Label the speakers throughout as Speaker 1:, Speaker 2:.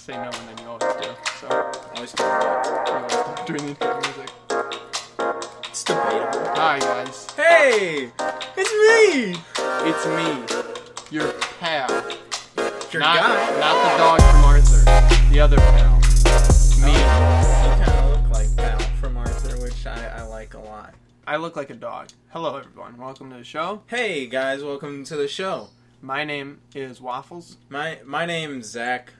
Speaker 1: say no, and then you always do. So
Speaker 2: Always feel like
Speaker 1: you always do need that music.
Speaker 2: it's debatable.
Speaker 1: Hi guys,
Speaker 2: Hey, it's me,
Speaker 1: it's me, your pal.
Speaker 2: your
Speaker 1: not,
Speaker 2: guy.
Speaker 1: not the dog from Arthur, the other pal. Me.
Speaker 2: Oh, You kind of look like Val from Arthur, which I, I like a lot.
Speaker 1: I look like a dog. Hello everyone, welcome to the show.
Speaker 2: Hey guys, welcome to the show.
Speaker 1: My name is Waffles,
Speaker 2: My my name's Zach.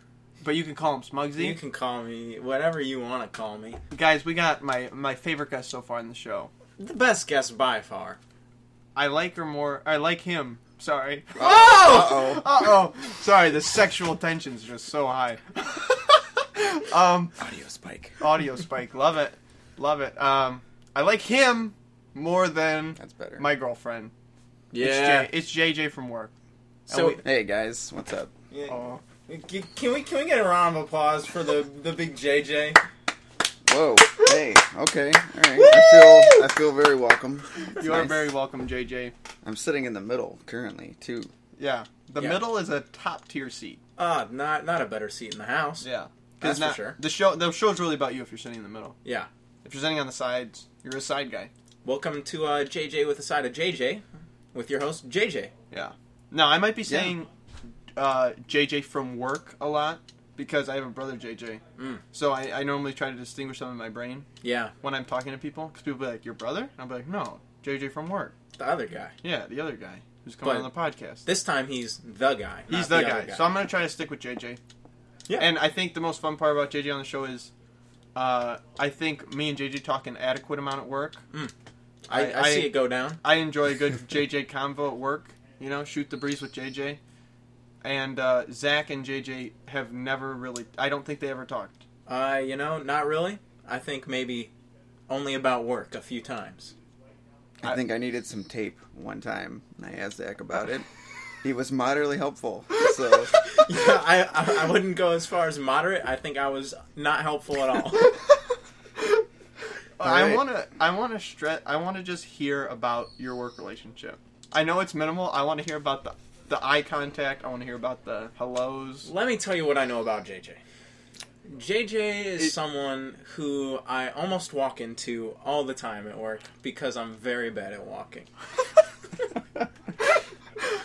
Speaker 1: but you can call him Smugsy.
Speaker 2: You can call me whatever you want to call me.
Speaker 1: Guys, we got my my favorite guest so far in the show.
Speaker 2: The best guest by far.
Speaker 1: I like her more. I like him. Sorry.
Speaker 2: Oh!
Speaker 1: Uh oh. Sorry, the sexual tension's just so high. um,
Speaker 2: Audio spike.
Speaker 1: audio spike. Love it. Love it. Um, I like him more than
Speaker 3: That's better.
Speaker 1: my girlfriend.
Speaker 2: Yeah.
Speaker 1: It's, J- it's JJ from work. And
Speaker 2: So
Speaker 1: we-
Speaker 3: hey guys, what's up?
Speaker 2: yeah.
Speaker 1: oh,
Speaker 2: C- can we can we get a round of applause for the the big JJ?
Speaker 3: Whoa. Hey. Okay. All right. I
Speaker 2: Woo!
Speaker 3: feel I feel very welcome. It's
Speaker 1: you are
Speaker 3: nice.
Speaker 1: very welcome, JJ.
Speaker 3: I'm sitting in the middle currently too.
Speaker 1: Yeah. The
Speaker 2: Yeah.
Speaker 1: middle is a top tier seat.
Speaker 2: Uh, not not a better seat in the house.
Speaker 1: Yeah.
Speaker 2: That's for
Speaker 1: now,
Speaker 2: sure.
Speaker 1: The show the show's really about you if you're sitting in the middle.
Speaker 2: Yeah.
Speaker 1: If you're sitting on the sides, you're a side guy.
Speaker 2: Welcome to uh, JJ with a side of JJ, with your host JJ.
Speaker 1: Yeah. No, I might be saying uh, JJ from work a lot because I have a brother JJ.
Speaker 2: Mm.
Speaker 1: So I, I normally try to distinguish them in my brain
Speaker 2: Yeah,
Speaker 1: when I'm talking to people because people be like, "Your brother?" And I'll be like, "No, JJ from work."
Speaker 2: the other guy.
Speaker 1: Yeah, the other guy who's coming on
Speaker 2: But-
Speaker 1: the podcast.
Speaker 2: This time he's the guy.
Speaker 1: He's
Speaker 2: not
Speaker 1: the,
Speaker 2: other
Speaker 1: guy. So I'm gonna try to stick with JJ.
Speaker 2: Yeah.
Speaker 1: And I think the most fun part about JJ on the show is. Uh, I think me and JJ talk an adequate amount at work.
Speaker 2: Mm. I, I,
Speaker 1: I- I-
Speaker 2: see it go down.
Speaker 1: I enjoy a good JJ convo at work. You know, shoot the breeze with JJ. And uh, Zach and JJ have never really. I don't think they ever talked.
Speaker 2: Uh, you know, not really. I think maybe only about work a few times.
Speaker 3: I think I needed some tape one time, and I asked Zach about it. He was moderately helpful. So
Speaker 2: Yeah, I, I I wouldn't go as far as moderate. I think I was not helpful at all.
Speaker 1: I
Speaker 3: right.
Speaker 1: want to. I want to stress. I want to just hear about your work relationship. I know it's minimal. I want to hear about the the eye contact. I want to hear about the hellos.
Speaker 2: Let me tell you what I know about JJ. JJ is
Speaker 1: It-
Speaker 2: someone who I almost walk into all the time at work because I'm very bad at walking.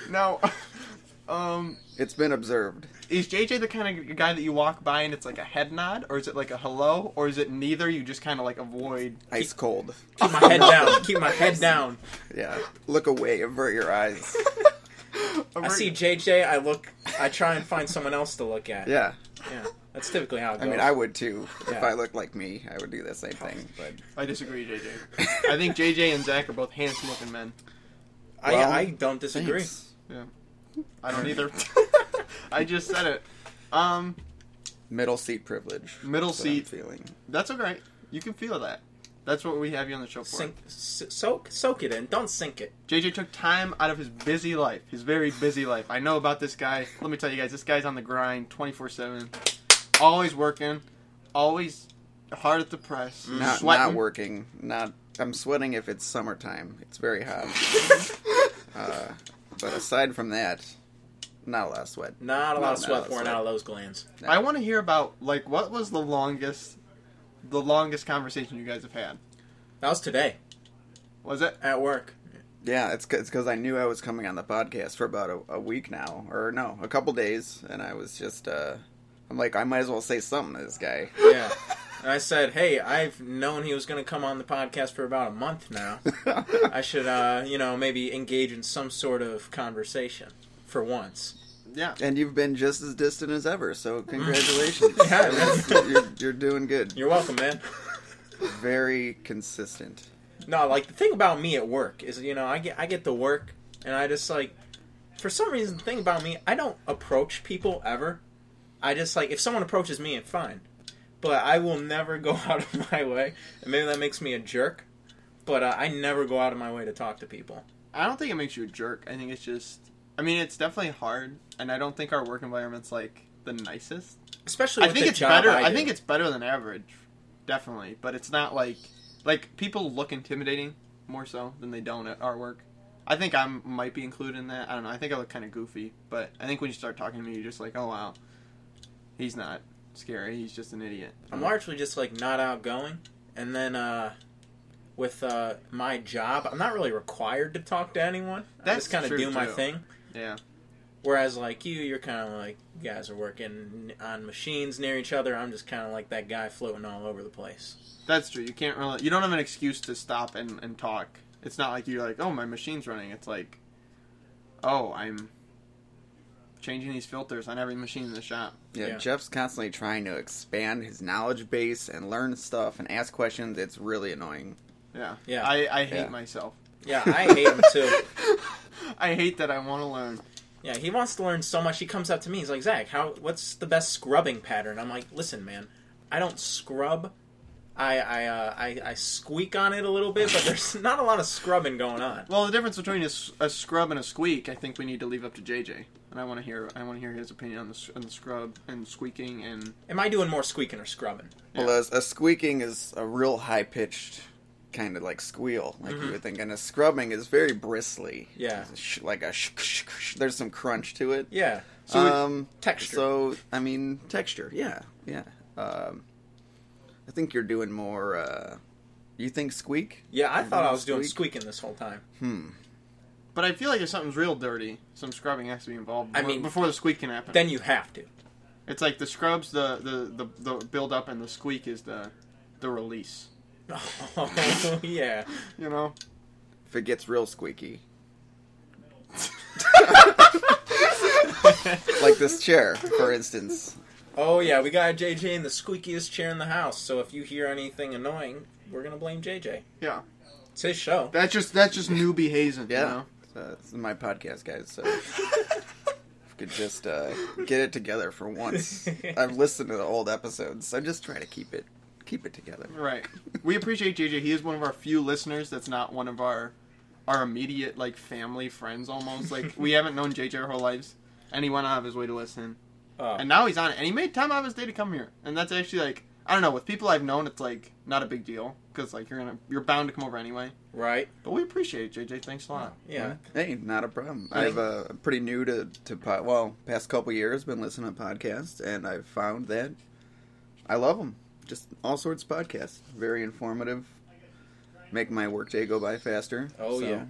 Speaker 1: Now, um,
Speaker 3: it's been observed.
Speaker 1: is JJ the kind of guy that you walk by and it's like a head nod, or is it like a hello, or is it neither? You just kind of like avoid.
Speaker 3: Ice cold.
Speaker 2: Keep my head down. Keep my head down.
Speaker 3: Yeah. Look away. Avert your eyes.
Speaker 2: I see JJ. I look. I try and find someone else to look at.
Speaker 3: Yeah.
Speaker 2: Yeah, that's typically how it
Speaker 3: I
Speaker 2: goes.
Speaker 3: mean, I would too if
Speaker 2: Yeah.
Speaker 3: I looked like me. I would do the same thing. But
Speaker 1: I disagree, JJ. I think JJ and Zach are both handsome looking men.
Speaker 2: I,
Speaker 3: Well,
Speaker 2: I don't disagree.
Speaker 3: thanks.
Speaker 1: I don't either. I just said it. Um,
Speaker 3: Middle seat privilege.
Speaker 1: Middle
Speaker 3: That's what I'm
Speaker 1: seat.
Speaker 3: feeling.
Speaker 1: that's okay. You can feel that. That's what we have you on the show for.
Speaker 2: Sink, s- soak, soak it in. Don't sink it.
Speaker 1: JJ took time out of his busy life, his very busy life. I know about this guy. Let me tell you guys, this guy's on the grind 24 7. Always working, always hard at the press.
Speaker 3: Not,
Speaker 1: sweating.
Speaker 3: not working. Not. I'm sweating if it's summertime. It's very hot. uh, but aside from that, not a lot of sweat.
Speaker 2: Not a lot
Speaker 3: No,
Speaker 2: of
Speaker 3: no,
Speaker 2: sweat
Speaker 3: it's
Speaker 2: pouring
Speaker 3: like-
Speaker 2: out of those glands.
Speaker 1: I want to hear about, like, what was the longest. The longest conversation you guys have had
Speaker 2: That was today
Speaker 1: was it?
Speaker 2: at work.
Speaker 3: Yeah, it's because I knew I was coming on the podcast for about a, a week now, or no, a couple days, and I was just. Uh, I'm like, I might as well say something to this guy.
Speaker 2: Yeah. And I said, hey, I've known he was going to come on the podcast for about a month now. I should, uh, you know, maybe engage in some sort of conversation for once.
Speaker 1: Yeah,
Speaker 3: and you've been just as distant as ever, so congratulations.
Speaker 2: Yeah, man.
Speaker 3: you're, you're doing good.
Speaker 2: You're welcome, man.
Speaker 3: Very consistent.
Speaker 2: No, like the thing about me at work is, you know, I get I get to work and I just like for some reason the thing about me, I don't approach people ever. I just like if someone approaches me, it's fine. But I will never go out of my way. And maybe that makes me a jerk, but uh, I never go out of my way to talk to people.
Speaker 1: I don't think it makes you a jerk. I think it's just. I mean, it's definitely hard, and I don't think our work environment's like the nicest.
Speaker 2: Especially
Speaker 1: I
Speaker 2: with
Speaker 1: think
Speaker 2: the
Speaker 1: it's
Speaker 2: job
Speaker 1: better.
Speaker 2: I,
Speaker 1: I,
Speaker 2: do.
Speaker 1: think it's better than average, definitely. But it's not like like people look intimidating more so than they don't at our work. I think I might be included in that. I don't know. I think I look kind of goofy, but I think when you start talking to me, you're just like, oh wow, he's not. scary. He's just an idiot.
Speaker 2: I'm largely just like not outgoing, and then uh, with uh, my job, I'm not really required to talk to anyone. I
Speaker 1: That's
Speaker 2: just kind of
Speaker 1: true,
Speaker 2: do my
Speaker 1: too.
Speaker 2: thing.
Speaker 1: Yeah.
Speaker 2: Whereas like you, you're kind of like you guys are working on machines near each other. I'm just kind of like that guy floating all over the place.
Speaker 1: That's true. You can't really. You don't have an excuse to stop and, and talk. It's not like you're like, oh, my machine's running. It's like, oh, I'm changing these filters on every machine in the shop.
Speaker 3: Yeah,
Speaker 2: Yeah.
Speaker 3: Jeff's constantly trying to expand his knowledge base and learn stuff and ask questions. It's really annoying.
Speaker 1: Yeah.
Speaker 2: Yeah.
Speaker 1: I, I hate
Speaker 3: Yeah.
Speaker 1: myself.
Speaker 2: Yeah, I hate him too.
Speaker 1: I hate that I want to learn.
Speaker 2: Yeah, he wants to learn so much. He comes up to me. He's like, Zach, how? What's the best scrubbing pattern? I'm like, listen, man, I don't scrub. I I uh, I, I squeak on it a little bit, but there's not a lot of scrubbing going on.
Speaker 1: Well, the difference between a, s- a scrub and a squeak, I think we need to leave up to JJ. And I want to hear I want to hear his opinion on the, s- on the scrub and squeaking and
Speaker 2: Am I doing more squeaking or scrubbing?
Speaker 3: Well, a, a squeaking is a real high pitched kind of like squeal, like
Speaker 2: Mm-hmm.
Speaker 3: you would think, and a scrubbing is very bristly.
Speaker 2: Yeah.
Speaker 3: It's a sh- like a sh- sh- sh- there's some crunch to it.
Speaker 2: Yeah.
Speaker 1: So it-
Speaker 3: um,
Speaker 2: Texture.
Speaker 3: So I mean texture. Yeah, yeah. Um, I think you're doing more. Uh, you think squeak?
Speaker 2: Yeah, I thought I was doing
Speaker 3: Squeak.
Speaker 2: squeaking this whole time.
Speaker 1: But I feel like if something's real dirty, some scrubbing has to be involved.
Speaker 2: I
Speaker 1: before-
Speaker 2: mean-
Speaker 1: before the squeak can happen,
Speaker 2: Then you have to.
Speaker 1: it's like the scrubs, the the the, the build up, and the squeak is the the release.
Speaker 2: Oh yeah.
Speaker 1: You know,
Speaker 3: If it gets real squeaky. like this chair, for instance.
Speaker 2: Oh yeah. We got JJ in the squeakiest chair in the house. So if you hear anything annoying, we're gonna blame JJ.
Speaker 1: yeah.
Speaker 2: It's his show.
Speaker 1: That's just that's just newbie hazing.
Speaker 3: Yeah.
Speaker 1: You know?
Speaker 3: So, Uh, this is my podcast, guys. So if you could just uh, get it together for once. I've listened to the old episodes. I just try to keep it keep it together.
Speaker 1: Right. We appreciate JJ. He is one of our few listeners that's not one of our our immediate like family friends almost. Like we haven't known JJ our whole lives. And he went out of his way to listen.
Speaker 2: Oh.
Speaker 1: And now he's on it. And he made time out of his day to come here. And that's actually like I don't know, with people I've known it's like not a big deal cuz like you're going to you're bound to come over anyway.
Speaker 2: right.
Speaker 1: But we appreciate it, JJ. Thanks a lot.
Speaker 2: Yeah.
Speaker 3: Hey, not a problem. I've uh, I'm pretty new to to pod, well, past couple years been listening to podcasts, and I've found that I love them. Just all sorts of podcasts, very informative. Make my workday go by faster.
Speaker 2: Oh,
Speaker 3: So,
Speaker 2: yeah.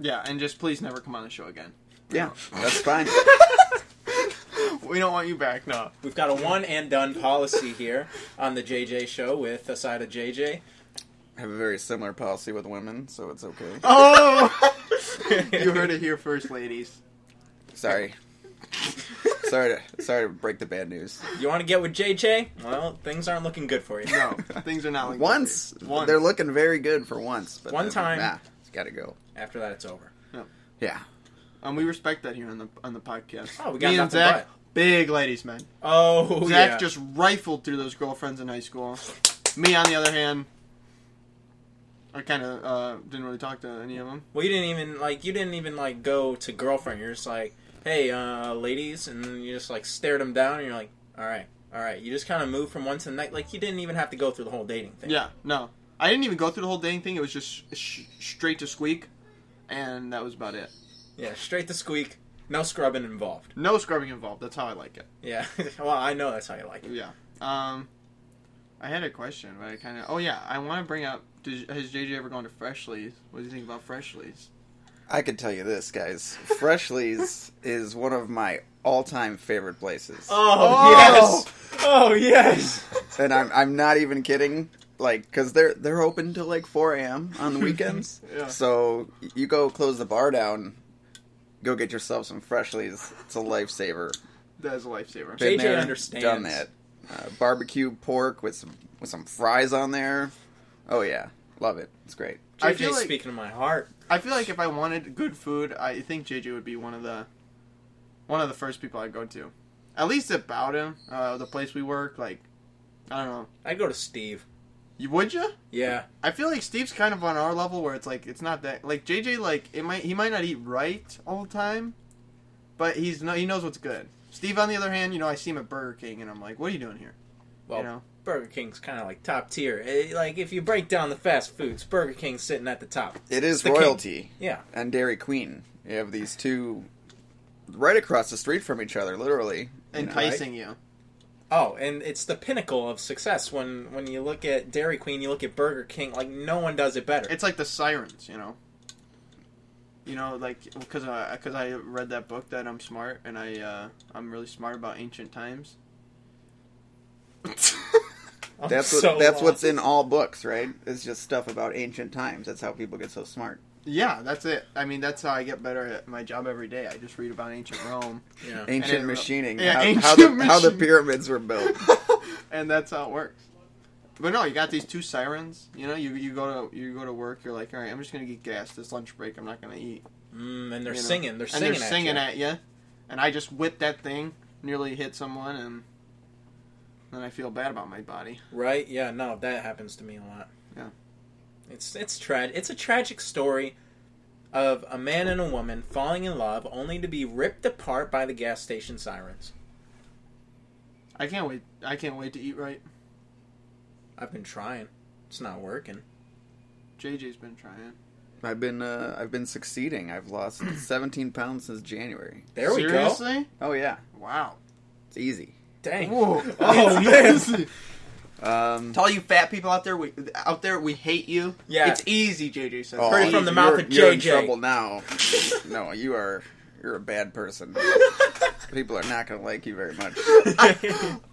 Speaker 1: Yeah, and just please never come on the show again.
Speaker 3: yeah, that's fine.
Speaker 1: We don't want you back. No.
Speaker 2: We've got a one and done policy here on the JJ show with a side of JJ.
Speaker 3: I have a very similar policy with women, so it's okay.
Speaker 1: Oh. you heard it here first, ladies.
Speaker 3: Sorry, sorry, to, sorry to break the bad news.
Speaker 2: You want to get with JJ? Well, things aren't looking good for you.
Speaker 1: No, things are not like
Speaker 3: Once,
Speaker 1: Once.
Speaker 3: they're looking very good for once, but
Speaker 2: One
Speaker 3: then,
Speaker 2: time.
Speaker 3: nah, it's got to go.
Speaker 2: After that, it's over.
Speaker 3: Yeah,
Speaker 1: And we respect that here on the on the podcast.
Speaker 2: Oh, we got
Speaker 1: Me and
Speaker 2: nothing
Speaker 1: Zach, big ladies, man.
Speaker 2: Oh,
Speaker 1: Zach
Speaker 2: yeah.
Speaker 1: just rifled through those girlfriends in high school. Me, on the other hand, I kind of uh, didn't really talk to any of them.
Speaker 2: Well, you didn't even like. You didn't even like go to girlfriend. You're just like, hey, uh, ladies, and then you just like stared them down. And you're like, all right, all right. You just kind of moved from one to the next. Like you didn't even have to go through the whole dating thing.
Speaker 1: Yeah, no, I didn't even go through the whole dating thing. It was just sh- straight to squeak, and that was about it.
Speaker 2: Yeah. Straight to squeak. No scrubbing involved.
Speaker 1: No scrubbing involved. That's how I like it.
Speaker 2: Yeah. well, I know that's how you like it.
Speaker 1: Yeah. Um, I had a question, but I kind of. Oh yeah, I want to bring up. Did, has JJ ever gone to Freshly's? What do you think about Freshly's?
Speaker 3: I can tell you this, guys. Freshly's is one of my all-time favorite places,
Speaker 1: Oh!
Speaker 2: yes. Oh yes.
Speaker 3: and I'm I'm not even kidding. Like, cause they're they're open till like 4 a.m. on the weekends.
Speaker 1: Yeah.
Speaker 3: So you go close the bar down, go get yourself some Freshly's. It's a lifesaver.
Speaker 1: That is a lifesaver.
Speaker 2: JJ
Speaker 3: Been there,
Speaker 2: understands.
Speaker 3: Done that. Uh, barbecue pork with some with some fries on there. Oh yeah, love it. It's great.
Speaker 1: I
Speaker 2: JJ
Speaker 1: feel like-
Speaker 2: speaking to my heart.
Speaker 1: I feel like if I wanted good food, I think JJ would be one of the one of the first people I'd go to. At least about him, uh, the place we work. Like, I don't know.
Speaker 2: I'd go to Steve.
Speaker 1: You would you?
Speaker 2: Yeah.
Speaker 1: I feel like Steve's kind of on our level where it's like it's not that like JJ like it might he might not eat right all the time, but he's no he knows what's good. Steve on the other hand, you know I see him at Burger King and I'm like, what are you doing here?
Speaker 2: Well,
Speaker 1: you know,
Speaker 2: Burger King's kind of like top tier. Eh, like if you break down the fast foods, Burger King's sitting at the top.
Speaker 3: It is
Speaker 2: the king.
Speaker 3: royalty
Speaker 2: Yeah.
Speaker 3: and Dairy Queen. You have these two right across the street from each other, literally you know,
Speaker 1: enticing you.
Speaker 2: Oh, and it's the pinnacle of success when when you look at Dairy Queen, you look at Burger King, like no one does it better.
Speaker 1: It's like the sirens, you know. You know, like because because I read that book that I'm smart and I uh, I'm really smart about ancient times.
Speaker 2: I'm
Speaker 3: That's what,
Speaker 2: so
Speaker 3: that's
Speaker 2: lost.
Speaker 3: what's in all books, right? It's just stuff about ancient times. That's how people get so smart.
Speaker 1: yeah, that's it. I mean, that's how I get better at my job every day. I just read about ancient Rome,
Speaker 2: Yeah.
Speaker 1: And
Speaker 3: Ancient
Speaker 1: it-
Speaker 3: machining.
Speaker 1: yeah,
Speaker 3: how,
Speaker 1: ancient
Speaker 3: how, the, how the
Speaker 1: machine-
Speaker 3: pyramids were built.
Speaker 1: and that's how it works. But no, you got these two sirens. You know, you you go to you go to work. You're like, all right, I'm just gonna get gas this lunch break. I'm not gonna eat.
Speaker 2: Mm, and
Speaker 1: you know.
Speaker 2: they're singing. They're
Speaker 1: and
Speaker 2: singing.
Speaker 1: they're singing
Speaker 2: at
Speaker 1: at you. And I just whipped that thing, nearly hit someone, and then I feel bad about my body.
Speaker 2: you. Right? Yeah. No, that happens to me a lot.
Speaker 1: Yeah.
Speaker 2: It's it's trad. It's a tragic story of a man and a woman falling in love, only to be ripped apart by the gas station sirens.
Speaker 1: I can't wait. I can't wait to eat right.
Speaker 2: I've been trying. It's not working.
Speaker 1: JJ's been trying.
Speaker 3: I've been uh, I've been succeeding. I've lost 17 pounds since January.
Speaker 2: There we go.
Speaker 1: Seriously?
Speaker 3: Oh yeah,
Speaker 1: Wow.
Speaker 3: it's easy.
Speaker 2: Dang.
Speaker 1: Whoa.
Speaker 2: Oh man.
Speaker 3: Um,
Speaker 1: To all you fat people out there, we out there, we hate you.
Speaker 2: Yeah.
Speaker 1: It's easy, JJ says.
Speaker 3: oh,
Speaker 2: Heard it from the mouth
Speaker 3: you're-
Speaker 2: of
Speaker 3: You're in
Speaker 2: JJ.
Speaker 3: trouble now. no, you are. You're a bad person. People are not going to like you very much.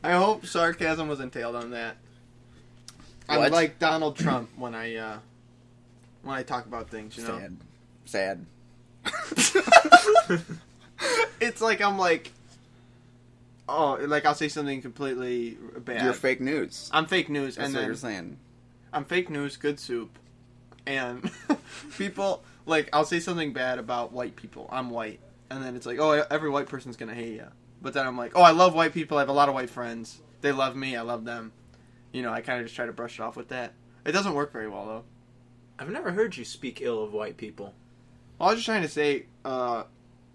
Speaker 1: I hope sarcasm was entailed on that. I'm
Speaker 3: What?
Speaker 1: like Donald Trump when I uh, when I talk about things. You know,
Speaker 3: Sad. Sad.
Speaker 1: it's like I'm like, oh, like I'll say something completely bad.
Speaker 3: You're fake news.
Speaker 1: I'm fake news,
Speaker 3: That's
Speaker 1: and
Speaker 3: what
Speaker 1: then
Speaker 3: you're saying.
Speaker 1: I'm fake news, good soup, and people like I'll say something bad about white people. I'm white, and then it's like, oh, every white person's gonna hate you. But then I'm like, oh, I love white people. I have a lot of white friends. They love me. I love them. You know, I kind of just try to brush it off with that. It doesn't work very well though.
Speaker 2: I've never heard you speak ill of white people.
Speaker 1: I was just trying to say, uh,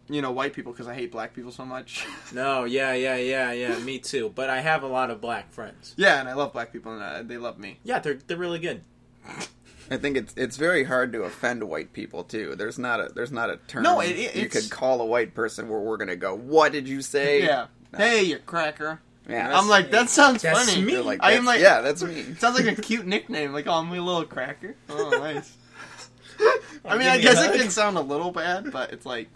Speaker 1: you know, white people because I hate black people so much.
Speaker 2: No, yeah, yeah, yeah, yeah. Me too. But I have a lot of black friends.
Speaker 1: yeah, and I love black people, and uh, they love me.
Speaker 2: Yeah, they're they're really good.
Speaker 3: I think it's it's very hard to offend white people too. There's not a there's not a term
Speaker 1: No, it- it-
Speaker 3: you
Speaker 1: it's-
Speaker 3: could call a white person where we're gonna go. What did you say?
Speaker 1: Yeah.
Speaker 3: No.
Speaker 1: Hey, you cracker.
Speaker 3: yeah.
Speaker 1: I'm like, that sounds
Speaker 2: That's
Speaker 1: funny.
Speaker 2: me.
Speaker 3: They're like,
Speaker 1: I am like-
Speaker 3: "That's- yeah, that's me.
Speaker 1: Sounds like a cute nickname. Like, oh, I'm a little cracker. Oh, nice. I
Speaker 2: give
Speaker 1: mean, I
Speaker 2: me a
Speaker 1: guess it
Speaker 2: hug.
Speaker 1: can sound a little bad, but it's like,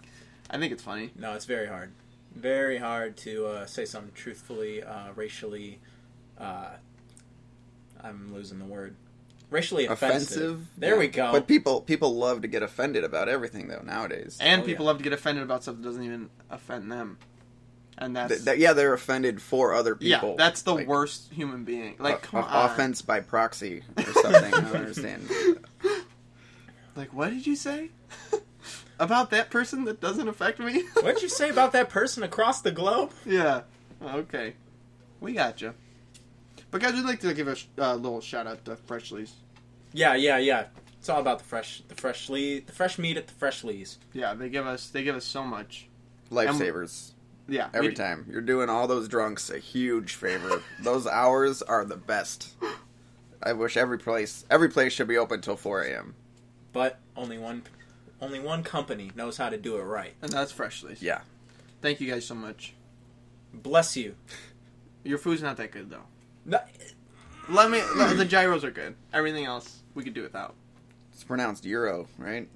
Speaker 1: I think it's funny.
Speaker 2: No, it's very hard. Very hard to uh, say something truthfully, uh, racially. Uh, I'm losing the word. Racially offensive.
Speaker 3: Offensive.
Speaker 2: There
Speaker 3: Yeah.
Speaker 2: we go.
Speaker 3: But people people love to get offended about everything though nowadays.
Speaker 1: And
Speaker 2: Oh,
Speaker 1: people
Speaker 2: yeah.
Speaker 1: love to get offended about stuff that doesn't even offend them. And that's
Speaker 3: Th- th- yeah, they're offended for other
Speaker 1: yeah,
Speaker 3: people.
Speaker 1: that's the
Speaker 3: Like,
Speaker 1: worst human being. Like,
Speaker 3: o-
Speaker 1: come
Speaker 3: o-
Speaker 1: on.
Speaker 3: offense by proxy or something. I don't understand.
Speaker 1: Like, what did you say about that person that doesn't affect me?
Speaker 2: What'd you say about that person across the globe?
Speaker 1: Yeah. Oh, Okay. We got you. But guys, we'd like to give a sh- uh, little shout out to Freshly's.
Speaker 2: Yeah, yeah, yeah. It's all about the fresh, the fresh lee, the fresh meat at the fresh lees.
Speaker 1: Yeah, they give us they give us so much.
Speaker 3: Lifesavers
Speaker 1: Yeah, we-
Speaker 3: every time. You're doing all those drunks a huge favor. those hours are the best. I wish every place every place should be open till 4 a.m.
Speaker 2: But only one, only one company knows how to do it right.
Speaker 1: and that's Freshly's.
Speaker 3: Yeah.
Speaker 1: Thank you guys so much.
Speaker 2: Bless you.
Speaker 1: Your food's not that good though.
Speaker 2: No,
Speaker 1: Let me. no, the gyros are good. Everything else we could do without.
Speaker 3: It's pronounced euro, right?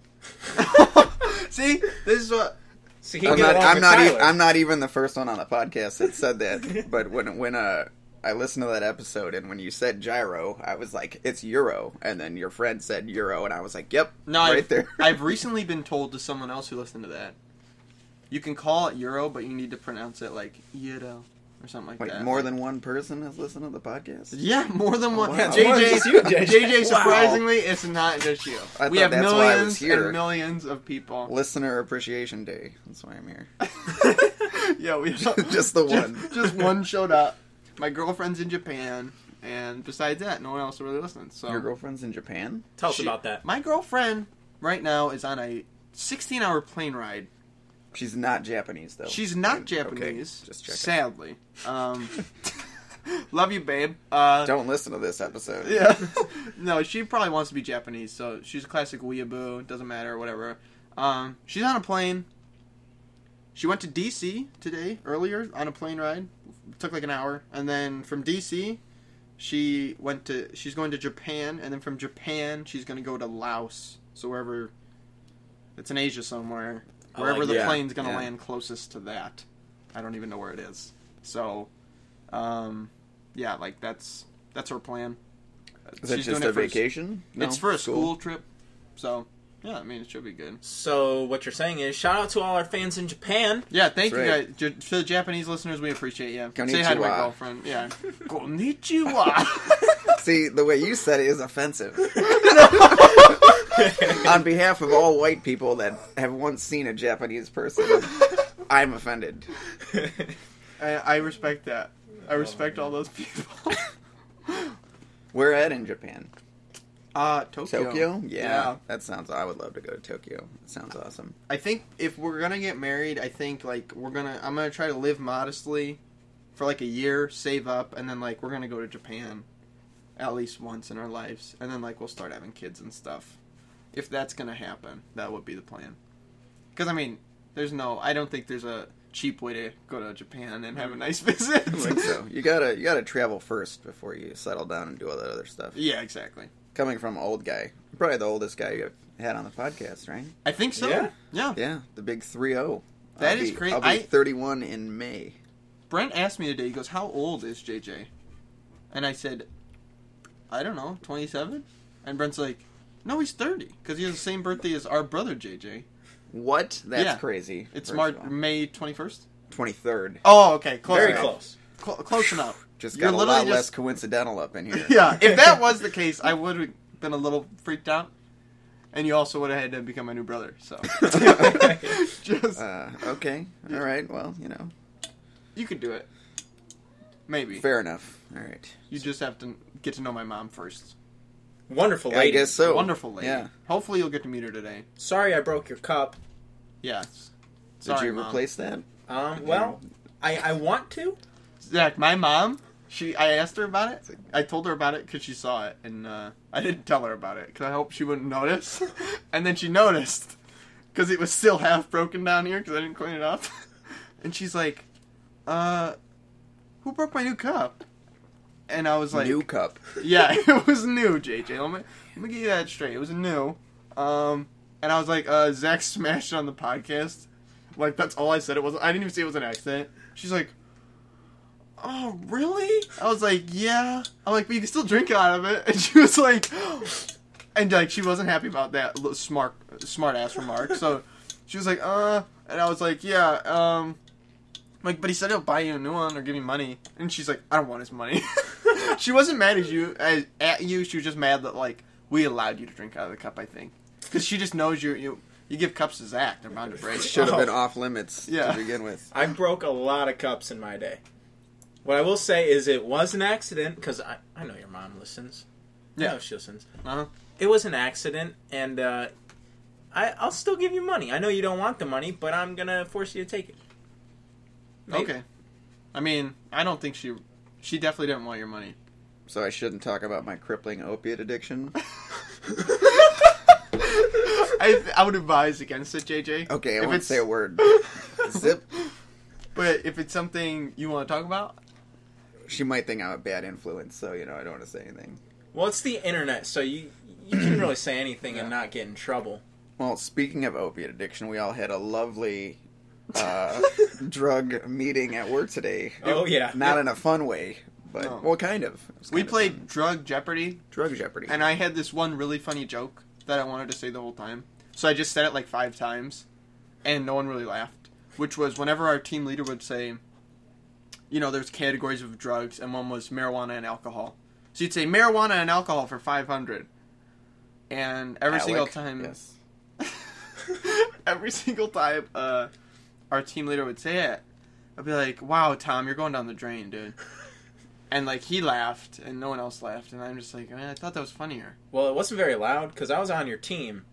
Speaker 1: See, this is what.
Speaker 2: see, he
Speaker 3: I'm
Speaker 2: get
Speaker 3: not.
Speaker 2: along
Speaker 3: I'm
Speaker 2: with
Speaker 3: not.
Speaker 2: Tyler.
Speaker 3: E- I'm not even the first one on the podcast that said that. but when when uh, I listened to that episode, and when you said gyro, I was like, it's euro, and then your friend said euro, and I was like, yep,
Speaker 1: No,
Speaker 3: right
Speaker 1: I've,
Speaker 3: there.
Speaker 1: I've recently been told to someone else who listened to that. You can call it euro, but you need to pronounce it like euro or something like
Speaker 3: Wait,
Speaker 1: that.
Speaker 3: more than one person has listened to the podcast.
Speaker 1: Yeah, more than one.
Speaker 3: wow.
Speaker 1: Yeah,
Speaker 3: More
Speaker 2: than
Speaker 1: JJ,
Speaker 2: just you, JJ.
Speaker 1: JJ.
Speaker 2: Wow.
Speaker 1: Surprisingly, it's not just you.
Speaker 3: I
Speaker 1: we
Speaker 3: thought
Speaker 1: have
Speaker 3: that's why I
Speaker 1: millions
Speaker 3: was here.
Speaker 1: and millions of people.
Speaker 3: Listener Appreciation Day. That's why I'm here.
Speaker 1: yeah, we have
Speaker 3: Just the
Speaker 1: ju-
Speaker 3: one.
Speaker 1: Oh. Just, one showed up. My girlfriend's in Japan, and besides that, no one else really listens. So
Speaker 3: Your girlfriend's in Japan.
Speaker 2: Tell us
Speaker 1: She-
Speaker 2: about that.
Speaker 1: My girlfriend right now is on a 16-hour plane ride.
Speaker 3: She's not Japanese though.
Speaker 1: She's not
Speaker 3: Oh, Okay,
Speaker 1: Japanese,
Speaker 3: just checking.
Speaker 1: sadly. Um, love you, babe. Uh,
Speaker 3: Don't listen to this episode.
Speaker 1: yeah. no, she probably wants to be Japanese, so she's a classic weeaboo. Doesn't matter, whatever. Um, she's on a plane. She went to DC today earlier on a plane ride. It took like an hour, and then from DC, she went to she's going to Japan, and then from Japan she's going to go to Laos. So wherever, it's in Asia somewhere.
Speaker 2: I
Speaker 1: Wherever
Speaker 2: like
Speaker 1: the
Speaker 2: that.
Speaker 1: plane's going to
Speaker 3: Yeah.
Speaker 1: land closest to that, I don't even know where it is. So, um, yeah, like that's that's her plan.
Speaker 3: Is that
Speaker 1: She's
Speaker 3: just
Speaker 1: doing it
Speaker 3: a
Speaker 1: for a s-
Speaker 3: vacation? No,
Speaker 1: it's for a school trip, so yeah, I mean it should be good.
Speaker 2: So what you're saying is, shout out to all our fans in Japan.
Speaker 1: Yeah, thank
Speaker 3: That's
Speaker 1: you
Speaker 3: right.
Speaker 1: guys. J- to the Japanese listeners, we appreciate you. Say hi to my
Speaker 3: Konnichiwa.
Speaker 1: girlfriend. Yeah. Konnichiwa.
Speaker 3: See, the way you said it is offensive. On behalf of all white people that have once seen a Japanese person, I'm offended.
Speaker 1: I, I respect that. I respect all those people.
Speaker 3: Where at in Japan?
Speaker 1: Uh, Tokyo.
Speaker 3: Tokyo? Yeah, That sounds I would love to go to Tokyo. That sounds awesome.
Speaker 1: I think if we're gonna get married, I think like we're gonna I'm gonna try to live modestly for like a year, save up, and then like we're gonna go to Japan at least once in our lives, and then like we'll start having kids and stuff. If that's gonna happen, that would be the plan. Because I mean, there's no I don't think there's a cheap way to go to Japan and have a nice visit.
Speaker 3: I think so. You gotta you gotta travel first before you settle down and do all that other stuff.
Speaker 1: Yeah, exactly.
Speaker 3: Coming from an old guy, probably the oldest guy you've had on the podcast, right?
Speaker 1: I think so.
Speaker 2: Yeah.
Speaker 1: yeah.
Speaker 3: Yeah, the big three zero.
Speaker 1: That
Speaker 3: That
Speaker 1: is
Speaker 3: is
Speaker 1: cra-
Speaker 3: I'll be
Speaker 1: I-
Speaker 3: 31 in May.
Speaker 1: Brent asked me today, he goes, How old is JJ? And I said, I don't know, 27? And Brent's like, No, he's 30, because he has the same birthday as our brother JJ.
Speaker 3: What? That's
Speaker 1: Yeah.
Speaker 3: crazy.
Speaker 1: It's
Speaker 3: First
Speaker 1: Mar-
Speaker 3: of all.
Speaker 1: May 21st?
Speaker 3: 23rd.
Speaker 1: Oh, okay, close
Speaker 2: Very
Speaker 1: enough.
Speaker 2: close.
Speaker 1: Cl- close enough.
Speaker 3: Just
Speaker 1: You're
Speaker 3: got a
Speaker 1: literally
Speaker 3: lot
Speaker 1: just-
Speaker 3: less coincidental up in here.
Speaker 1: Yeah, if that was the case, I would have been a little freaked out. And you also would have had to become my new brother, so. just,
Speaker 3: Uh, okay. All right. Well, you know,
Speaker 1: you could do it. Maybe.
Speaker 3: fair enough. All right.
Speaker 1: You just have to get to know my mom first.
Speaker 2: Wonderful
Speaker 3: I
Speaker 2: lady.
Speaker 3: guess so.
Speaker 1: Wonderful lady.
Speaker 3: Yeah.
Speaker 1: Hopefully you'll get to meet her today.
Speaker 2: Sorry, I broke your cup.
Speaker 1: Yes.
Speaker 3: Did
Speaker 1: Sorry,
Speaker 3: you
Speaker 1: Mom.
Speaker 3: replace that?
Speaker 2: Um, well, I, I want to.
Speaker 1: Zach, my mom, she I asked her about it. I told her about it because she saw it, and uh, I didn't tell her about it because I hoped she wouldn't notice. and then she noticed because it was still half broken down here because I didn't clean it up. and she's like, "Uh, who broke my new cup?" And I was like,
Speaker 3: New cup.
Speaker 1: yeah, it was new, JJ. Let me let me get you that straight. It was new. Um, and I was like, uh, Zach smashed it on the podcast. Like that's all I said. It was I didn't even say it was an accident. She's like, oh really? I was like, yeah. I'm like, but you can still drink out of it. And she was like, and like she wasn't happy about that li- smart smart ass remark. So she was like, uh, and I was like, yeah, um. Like, but he said he'll buy you a new one or give you money, and she's like, "I don't want his money." she wasn't mad at you as, at you. She was just mad that like we allowed you to drink out of the cup. I think because she just knows you you you give cups to Zach, they're bound to break.
Speaker 3: Should have
Speaker 2: Oh.
Speaker 3: been off limits
Speaker 1: Yeah.
Speaker 3: to begin with.
Speaker 2: I broke a lot of cups in my day. What I will say is it was an accident because I, I know your mom listens. I
Speaker 1: Yeah.
Speaker 2: know she listens.
Speaker 1: Uh-huh.
Speaker 2: It was an accident, and uh, I, I'll still give you money. I know you don't want the money, but I'm gonna force you to take it. Maybe.
Speaker 1: Okay. I mean, I don't think she she definitely didn't want your money.
Speaker 3: So I shouldn't talk about my crippling opiate addiction.
Speaker 1: I I would advise against it, JJ.
Speaker 3: Okay, I
Speaker 1: If
Speaker 3: won't
Speaker 1: it's-
Speaker 3: say a word. Zip.
Speaker 1: But if it's something you want to talk about,
Speaker 3: She might think I'm a bad influence, so you know I don't want to say anything.
Speaker 2: Well, it's the internet, so you you can really say anything and not get in trouble.
Speaker 3: Well, speaking of opiate addiction, we all had a lovely uh, drug meeting at work today.
Speaker 2: Oh yeah,
Speaker 3: Not in a fun way, but
Speaker 1: No.
Speaker 3: well, kind of. It was
Speaker 1: we
Speaker 3: kind of
Speaker 1: played
Speaker 3: fun.
Speaker 1: Drug Jeopardy
Speaker 3: drug jeopardy.
Speaker 1: and I had this one really funny joke that I wanted to say the whole time. So I just said it like five times, and no one really laughed. Which was whenever our team leader would say, you know, there's categories of drugs, and one was marijuana and alcohol. So you'd say marijuana and alcohol for 500. And every
Speaker 3: Alec,
Speaker 1: single time,
Speaker 3: Yes.
Speaker 1: every single time uh, our team leader would say it, I'd be like, "Wow, Tom, you're going down the drain, dude." And like he laughed, and no one else laughed, and I'm just like, man, I thought that was funnier.
Speaker 2: Well, it wasn't very loud because I was on your team,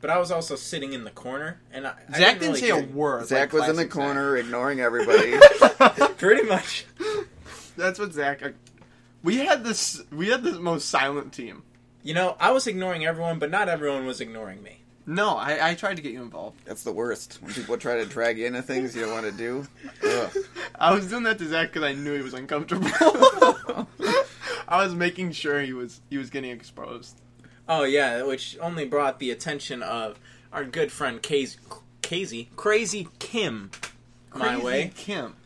Speaker 2: but I was also sitting in the corner, and I, I
Speaker 1: Zach didn't
Speaker 2: really
Speaker 1: say a
Speaker 2: get-
Speaker 1: word.
Speaker 3: Zach
Speaker 1: like
Speaker 3: was in the
Speaker 1: classic
Speaker 3: corner, ignoring everybody.
Speaker 1: Zach.
Speaker 2: Pretty much.
Speaker 1: That's what Zach. We had this. We had the most silent team.
Speaker 2: You know, I was ignoring everyone, but not everyone was ignoring me.
Speaker 1: No, I, I tried to get you involved.
Speaker 3: That's the worst. When people try to drag you into things you don't want to do. Ugh.
Speaker 1: I was doing that to Zach because I knew he was uncomfortable. I was making sure he was he was getting exposed.
Speaker 2: Oh yeah, which only brought the attention of our good friend Casey, Casey Crazy Kim, my
Speaker 1: Crazy
Speaker 2: way.
Speaker 1: Kim.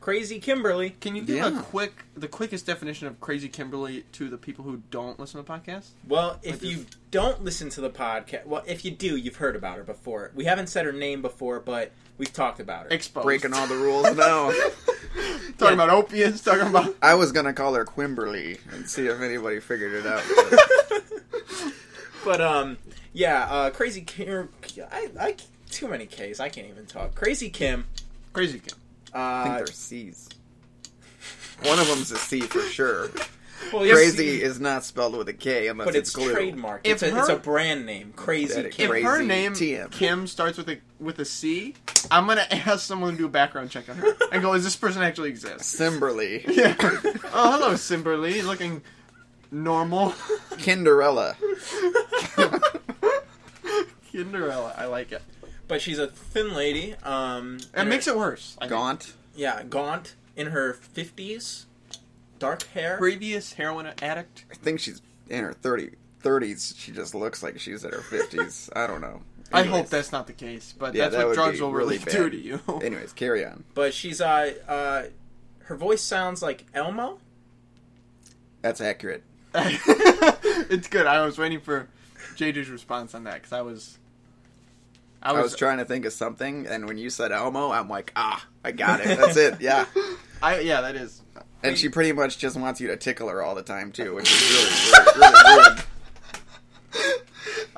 Speaker 2: Crazy Kimberly.
Speaker 1: Can you give
Speaker 3: Yeah.
Speaker 1: a quick, the quickest definition of crazy Kimberly to the people who don't listen to podcasts?
Speaker 2: Well, if
Speaker 1: do.
Speaker 2: you don't listen to the podcast, well, if you do, you've heard about her before. We haven't said her name before, but we've talked about her.
Speaker 1: Exposed.
Speaker 3: Breaking all the rules now.
Speaker 1: talking about opiates. Talking about
Speaker 3: I was gonna call her Quimberly and see if anybody figured it out.
Speaker 2: But um, yeah, uh, Crazy Kim. I, I too many K's. I can't even talk. Crazy Kim.
Speaker 1: crazy Kim.
Speaker 3: I think
Speaker 2: Uh,
Speaker 3: they're C's. One of them's a C for sure.
Speaker 2: well, yes,
Speaker 3: Crazy is not spelled with a K unless
Speaker 2: but it's
Speaker 3: glue.
Speaker 2: trademarked.
Speaker 1: If
Speaker 2: It's, a, it's a
Speaker 1: her-
Speaker 2: brand name. Crazy
Speaker 3: That it
Speaker 2: Kim.
Speaker 1: If her
Speaker 3: Crazy
Speaker 1: name
Speaker 3: TM.
Speaker 1: Kim starts with a with a C, I'm gonna ask someone to do a background check on her and go, "Is this person actually exists?"
Speaker 3: Cimberly.
Speaker 1: Yeah. oh, hello, Simberly, looking normal.
Speaker 3: Kinderella.
Speaker 1: Kinderella, I like it.
Speaker 2: But she's a thin lady. Um,
Speaker 1: It makes it worse. I think.
Speaker 3: Gaunt.
Speaker 2: yeah gaunt in her fifties, dark hair.
Speaker 1: Previous heroin addict.
Speaker 3: I think she's in her 30, 30s. She just looks like she's in her 50s. I don't know.
Speaker 1: I
Speaker 3: Anyways.
Speaker 1: hope that's not the case, but
Speaker 3: Yeah,
Speaker 1: that's
Speaker 3: that
Speaker 1: what
Speaker 3: would
Speaker 1: drugs
Speaker 3: be
Speaker 1: will really,
Speaker 3: really bad.
Speaker 1: do to you.
Speaker 3: Anyways, carry on.
Speaker 2: But she's uh, uh, her voice sounds like Elmo.
Speaker 3: That's accurate.
Speaker 1: it's good. I was waiting for JJ's response on that because I was, I
Speaker 3: I was,
Speaker 1: was, I,
Speaker 3: trying to think of something, and when you said Elmo, I'm like, ah, I got it. That's it. Yeah.
Speaker 1: yeah, that is.
Speaker 3: And she pretty much just wants you to tickle her all the time, too, which is really, really, really weird.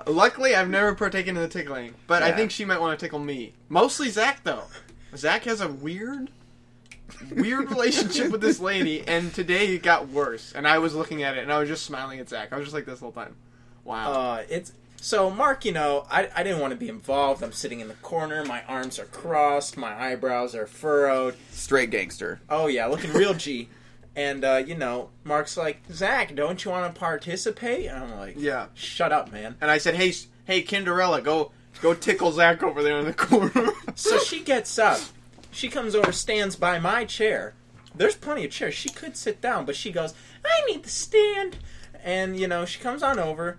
Speaker 1: Luckily, I've never partaken in the tickling, but I
Speaker 3: Yeah.
Speaker 1: think she might want to tickle me. Mostly Zach though. Zach has a weird, weird relationship with this lady, and today it got worse. And I was looking at it, and I was just smiling at Zach. I was just like this whole time. Wow.
Speaker 2: Uh, it's so Mark. You know, I I didn't want to be involved. I'm sitting in the corner. My arms are crossed. My eyebrows are furrowed.
Speaker 3: Straight gangster.
Speaker 2: Oh yeah, looking real G. And uh, you know, Mark's like, Zach, don't you want to participate? And I'm like,
Speaker 1: yeah.
Speaker 2: shut up, man.
Speaker 1: And I said, "Hey, s- hey, Kinderella, go, go tickle Zach over there in the corner."
Speaker 2: So she gets up. She comes over, stands by my chair. There's plenty of chairs. She could sit down, but she goes, I need to stand. And, you know, she comes on over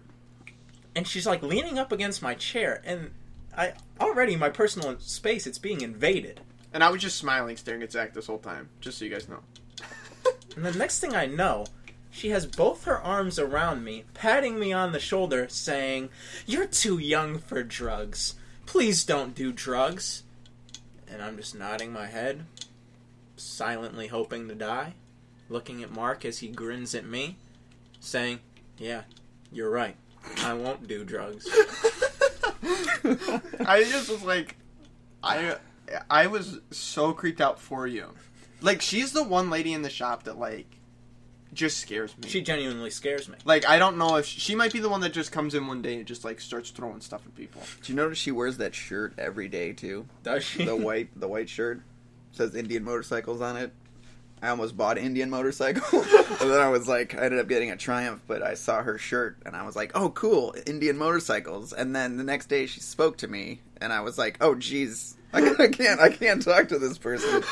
Speaker 2: and she's like leaning up against my chair. And I already, my personal space, it's being invaded.
Speaker 1: And I was just smiling, staring at Zach this whole time, just so you guys know.
Speaker 2: And the next thing I know, she has both her arms around me, patting me on the shoulder, saying, You're too young for drugs. Please don't do drugs. And I'm just nodding my head, silently hoping to die, looking at Mark as he grins at me, saying, Yeah, you're right. I won't do drugs.
Speaker 1: I just was like, I, I was so creeped out for you. Like she's the one lady in the shop that like, just scares me.
Speaker 2: She genuinely scares me.
Speaker 1: like I don't know if she might be the one that just comes in one day and just like starts throwing stuff at people.
Speaker 3: Do you notice she wears that shirt every day, too?
Speaker 2: Does she?
Speaker 3: the white the white shirt says Indian motorcycles on it. I almost bought Indian motorcycle, and then I was like, I ended up getting a Triumph, but I saw her shirt and I was like, oh cool, Indian motorcycles. And then the next day she spoke to me, and I was like, oh jeez, I, I can't, I can't talk to this person.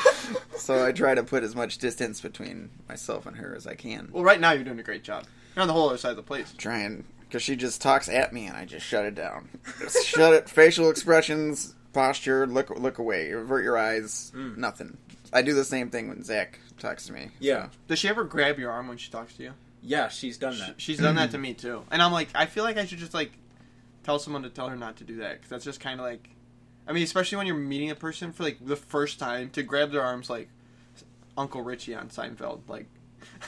Speaker 3: so I try to put as much distance between myself and her as I can.
Speaker 1: Well, right now you're doing a great job. You're on the whole other side of the place.
Speaker 3: Trying because she just talks at me, and I just shut it down. Just shut it. Facial expressions, posture, look, look away, avert your eyes,
Speaker 1: Hmm.
Speaker 3: nothing. I do the same thing when Zach talks to me.
Speaker 2: Yeah.
Speaker 1: Does she ever grab your arm when she talks to you?
Speaker 2: Yeah, she's done
Speaker 1: Sh-
Speaker 2: that.
Speaker 1: She's done that to
Speaker 3: Mm-hmm.
Speaker 1: me too, and I'm like, I feel like I should just like tell someone to tell her not to do that because that's just kind of like, I mean, especially when you're meeting a person for like the first time to grab their arms like Uncle Richie on Seinfeld. Like,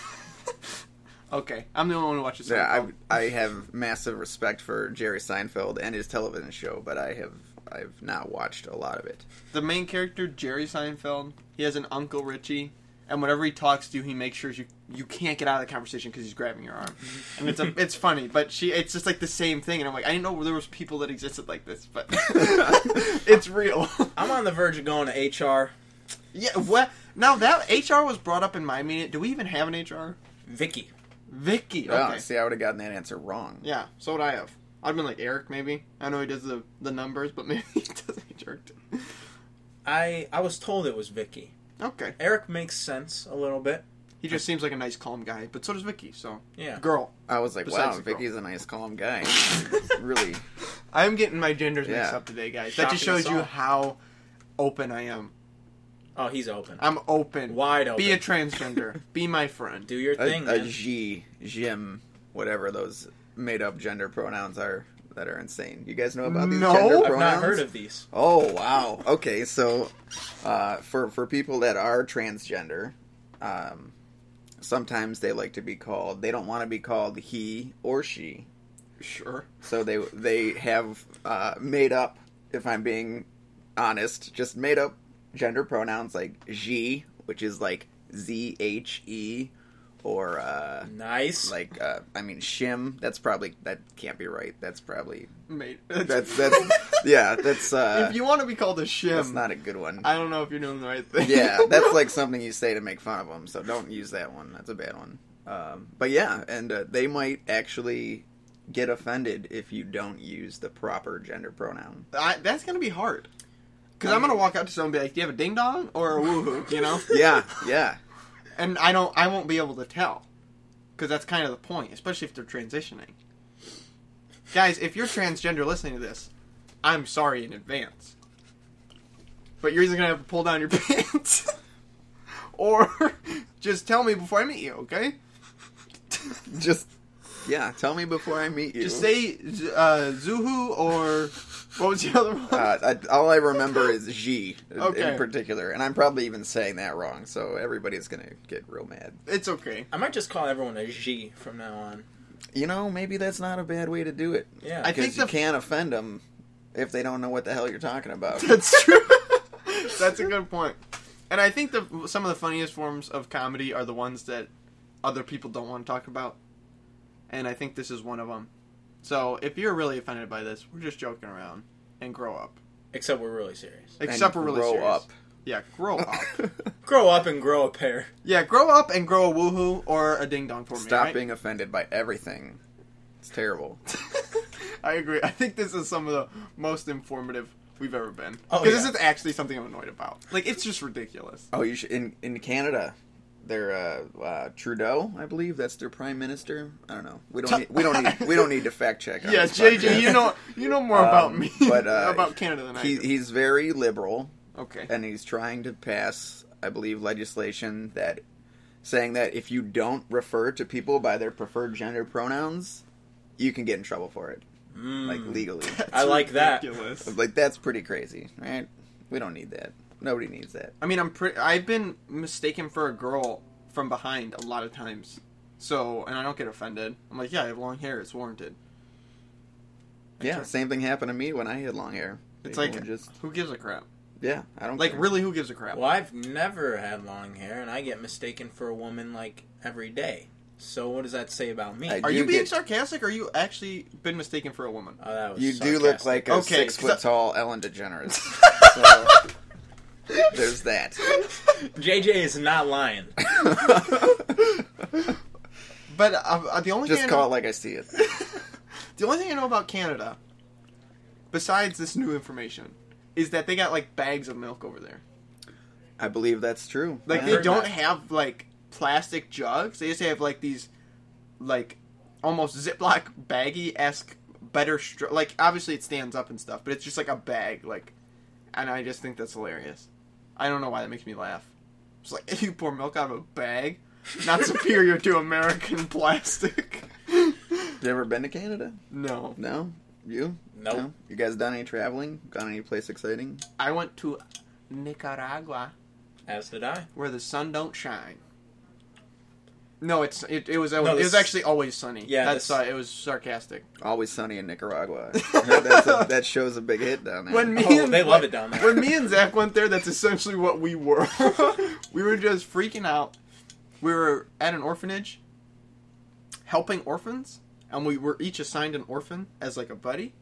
Speaker 1: okay, I'm the only one who watches.
Speaker 3: So yeah,
Speaker 1: Seinfeld.
Speaker 3: I I have massive respect for Jerry Seinfeld and his television show, but I have I've not watched a lot of it.
Speaker 1: the main character Jerry Seinfeld. He has an Uncle Richie, and whenever he talks to you, he makes sure you you can't get out of the conversation because he's grabbing your arm, and it's a, it's funny. But she, it's just like the same thing, and I'm like, I didn't know there was people that existed like this, but it's real.
Speaker 2: I'm on the verge of going to HR.
Speaker 1: yeah, what? Now that HR was brought up in my meeting, do we even have an HR?
Speaker 2: Vicky.
Speaker 1: Vicky.
Speaker 3: Oh,
Speaker 1: Okay.
Speaker 3: see, I would have gotten that answer wrong.
Speaker 1: Yeah, so would I have. I'd have been like Eric, maybe. I know he does the, the numbers, but maybe he doesn't he jerked. it.
Speaker 2: I I was told it was Vicky.
Speaker 1: Okay.
Speaker 2: Eric makes sense a little bit.
Speaker 1: He just seems like a nice, calm guy, but so does Vicky, so.
Speaker 2: Yeah.
Speaker 1: Girl.
Speaker 3: I was like,
Speaker 1: Besides
Speaker 3: wow,
Speaker 1: the girl.
Speaker 3: Vicky's a nice, calm guy. really,
Speaker 1: I'm getting my genders mixed
Speaker 3: Yeah.
Speaker 1: up today, guys. that
Speaker 2: Shocking
Speaker 1: just shows
Speaker 2: us
Speaker 1: you
Speaker 2: all.
Speaker 1: how open I am.
Speaker 2: Oh, he's open.
Speaker 1: I'm open.
Speaker 2: Wide open.
Speaker 1: Be a transgender. Be my friend.
Speaker 2: Do your
Speaker 3: a,
Speaker 2: thing,
Speaker 3: a
Speaker 2: man.
Speaker 3: G, Jim, whatever those made-up gender pronouns are that are insane. You guys know about these
Speaker 1: No.
Speaker 3: gender
Speaker 1: I've not
Speaker 2: I've
Speaker 3: pronouns?
Speaker 2: not heard of these.
Speaker 3: Oh wow. Okay, so uh, for for people that are transgender, um, sometimes they like to be called. They don't want to be called he or she,
Speaker 1: Sure.
Speaker 3: so they they have uh, made up. If I'm being honest, just made up gender pronouns like she, which is like z h e, or uh,
Speaker 2: Nice.
Speaker 3: like uh, I mean shim. That's probably that can't be right. That's probably
Speaker 1: Mate.
Speaker 3: that's that's yeah. That's uh,
Speaker 1: if you want to be called a
Speaker 3: that's
Speaker 1: shim,
Speaker 3: not a good one.
Speaker 1: I don't know if you're doing the right thing.
Speaker 3: yeah, that's like something you say to make fun of them. So don't use that one. That's a bad one. Um, but yeah, and uh, they might actually get offended if you don't use the proper gender pronoun.
Speaker 1: I, that's gonna be hard. Cause I'm gonna walk up to someone and be like, "Do you have a ding dong or a woohoo?" You know,
Speaker 3: Yeah, yeah,
Speaker 1: and I don't, I won't be able to tell, cause that's kind of the point, especially if they're transitioning. Guys, if you're transgender listening to this, I'm sorry in advance, but you're either gonna have to pull down your pants, or just tell me before I meet you, okay?
Speaker 3: just yeah. Tell me before I meet you.
Speaker 1: Just say uh, Zuhu or what was the other one?
Speaker 3: Uh, I, all I remember is G
Speaker 1: Okay.
Speaker 3: in particular, and I'm probably even saying that wrong, so everybody's gonna get real mad.
Speaker 1: it's okay.
Speaker 2: I might just call everyone a G from now on.
Speaker 3: You know, maybe that's not a bad way to do it.
Speaker 2: Yeah.
Speaker 1: I think
Speaker 3: because you
Speaker 1: the-
Speaker 3: can't offend them if they don't know what the hell you're talking about.
Speaker 1: That's true. That's a good point. And I think the some of the funniest forms of comedy are the ones that other people don't want to talk about. And I think this is one of them. So if you're really offended by this, we're just joking around and grow up.
Speaker 2: Except we're really serious.
Speaker 1: Except
Speaker 3: for
Speaker 1: we're really
Speaker 3: grow
Speaker 1: serious.
Speaker 3: up.
Speaker 1: Yeah, grow up.
Speaker 2: Grow up and grow a pair.
Speaker 1: yeah, grow up and grow a woohoo or a ding dong for me.
Speaker 3: Stop
Speaker 1: right?
Speaker 3: being offended by everything. It's terrible.
Speaker 1: I agree. I think this is some of the most informative we've ever been.
Speaker 2: Oh,
Speaker 1: Because this
Speaker 2: yeah.
Speaker 1: is actually something I'm annoyed about. Like it's just ridiculous.
Speaker 3: Oh, you should in in Canada. They're uh, uh, Trudeau, I believe. That's their prime minister. I don't know. We don't. Need, we don't need. We don't need to fact check. on
Speaker 1: Yeah,
Speaker 3: this
Speaker 1: JJ,
Speaker 3: podcast.
Speaker 1: you know you know more about
Speaker 3: Um,
Speaker 1: me,
Speaker 3: but, uh,
Speaker 1: about Canada than I
Speaker 3: He,
Speaker 1: do.
Speaker 3: he's very liberal,
Speaker 1: okay,
Speaker 3: and he's trying to pass, I believe, legislation that saying that if you don't refer to people by their preferred gender pronouns, you can get in trouble for it,
Speaker 2: Mm.
Speaker 3: like
Speaker 1: Hmm.
Speaker 3: legally.
Speaker 2: I like that.
Speaker 1: that.
Speaker 3: like that's pretty crazy, right? We don't need that. Nobody needs that.
Speaker 1: I mean, I'm pretty. I've been mistaken for a girl from behind a lot of times, so and I don't get offended. I'm like, yeah, I have long hair; it's warranted.
Speaker 3: Yeah, same thing happened to me when I had long hair.
Speaker 1: It's
Speaker 3: People
Speaker 1: like,
Speaker 3: would just
Speaker 1: who gives a crap?
Speaker 3: yeah, I don't
Speaker 1: Like,
Speaker 3: care.
Speaker 1: really, who gives a crap?
Speaker 2: Well, I've never had long hair, and I get mistaken for a woman like every day. So what does that say about me?
Speaker 3: I-
Speaker 1: Are
Speaker 3: You
Speaker 1: you being
Speaker 3: get-
Speaker 1: sarcastic? Or are you actually been mistaken for a woman?
Speaker 2: oh, that was
Speaker 3: You do
Speaker 2: sarcastic.
Speaker 3: look like a
Speaker 1: Okay,
Speaker 3: six foot
Speaker 1: 'cause I-
Speaker 3: tall Ellen DeGeneres. so, there's that.
Speaker 2: JJ is not lying.
Speaker 1: But uh, uh, the only
Speaker 3: just
Speaker 1: thing
Speaker 3: call
Speaker 1: I
Speaker 3: it
Speaker 1: know,
Speaker 3: like I see it.
Speaker 1: the only thing I know about Canada, besides this new information, is that they got like bags of milk over there.
Speaker 3: I believe that's true.
Speaker 1: Like
Speaker 3: Yeah.
Speaker 1: they don't
Speaker 2: that.
Speaker 1: have like plastic jugs. They just have like these, like almost Ziploc baggy esque better str- like obviously it stands up and stuff, but it's just like a bag like, and I just think that's hilarious. I don't know why that makes me laugh. It's like you pour milk out of a bag, not superior to American plastic.
Speaker 3: You ever been to Canada?
Speaker 1: no,
Speaker 3: No. You?
Speaker 2: Nope.
Speaker 3: No. You guys done any traveling? Gone any place exciting?
Speaker 1: I went to Nicaragua
Speaker 2: As did I.
Speaker 1: where the sun don't shine. No, it's it, it was it,
Speaker 2: No,
Speaker 1: was
Speaker 2: this-
Speaker 1: actually always sunny.
Speaker 2: Yeah,
Speaker 1: that's
Speaker 2: this-
Speaker 1: uh, it was sarcastic.
Speaker 3: Always sunny in Nicaragua. I heard that's a, that show's a big hit down there.
Speaker 1: When me
Speaker 2: Oh,
Speaker 1: and
Speaker 2: they love it down there.
Speaker 1: When me and Zach went there, that's essentially what we were. we were just freaking out. We were at an orphanage, helping orphans, and we were each assigned an orphan as like a buddy.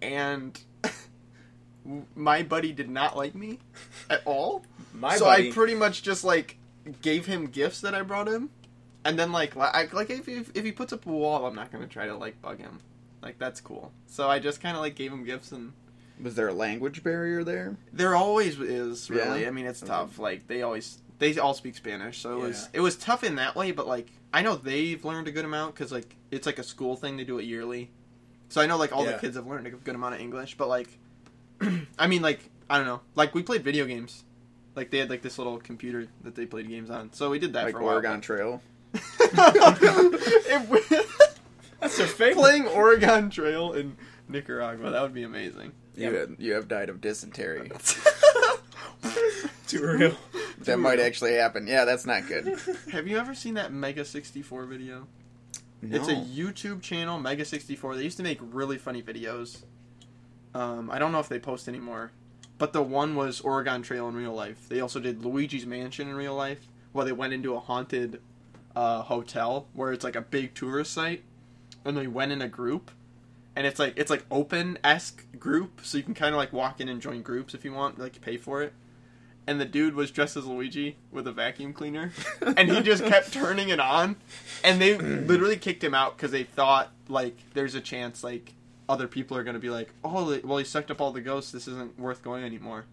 Speaker 1: And my buddy did not like me at all.
Speaker 2: My
Speaker 1: so
Speaker 2: buddy.
Speaker 1: I pretty much just like gave him gifts that I brought him, and then like li- I, like if, if if he puts up a wall, I'm not gonna try to like bug him. Like that's cool. So I just kind of like gave him gifts and
Speaker 3: Was there a language barrier there?
Speaker 1: there always is really.
Speaker 3: Yeah. Mm-hmm.
Speaker 1: I mean, it's tough. Like they always they all speak Spanish, so it was
Speaker 2: Yeah.
Speaker 1: it was tough in that way. But like I know they've learned a good amount because like it's like a school thing they do it yearly. So I know like all
Speaker 2: Yeah.
Speaker 1: the kids have learned a good amount of English, but like I mean like I don't know. Like we played video games. Like they had like this little computer that they played games on. So we did that
Speaker 3: Like
Speaker 1: for a while.
Speaker 3: Oregon Trail.
Speaker 1: If we-
Speaker 2: That's their favorite.
Speaker 1: playing Oregon Trail in Nicaragua. That would be amazing.
Speaker 3: You had, you have died of dysentery.
Speaker 2: Too real.
Speaker 3: that might actually happen. Yeah, that's not good.
Speaker 1: Have you ever seen that Mega 64 video?
Speaker 3: No.
Speaker 1: It's a YouTube channel, Mega 64. They used to make really funny videos. Um, I don't know if they post anymore, but the one was Oregon Trail in real life. They also did Luigi's Mansion in real life, where they went into a haunted uh, hotel where it's like a big tourist site, and they went in a group, and it's like it's like open esque group, so you can kind of like walk in and join groups if you want, like pay for it. And the dude was dressed as Luigi with a vacuum cleaner, and he just kept turning it on, and they literally kicked him out because they thought like there's a chance like other people are gonna be like, oh, well he sucked up all the ghosts, this isn't worth going anymore.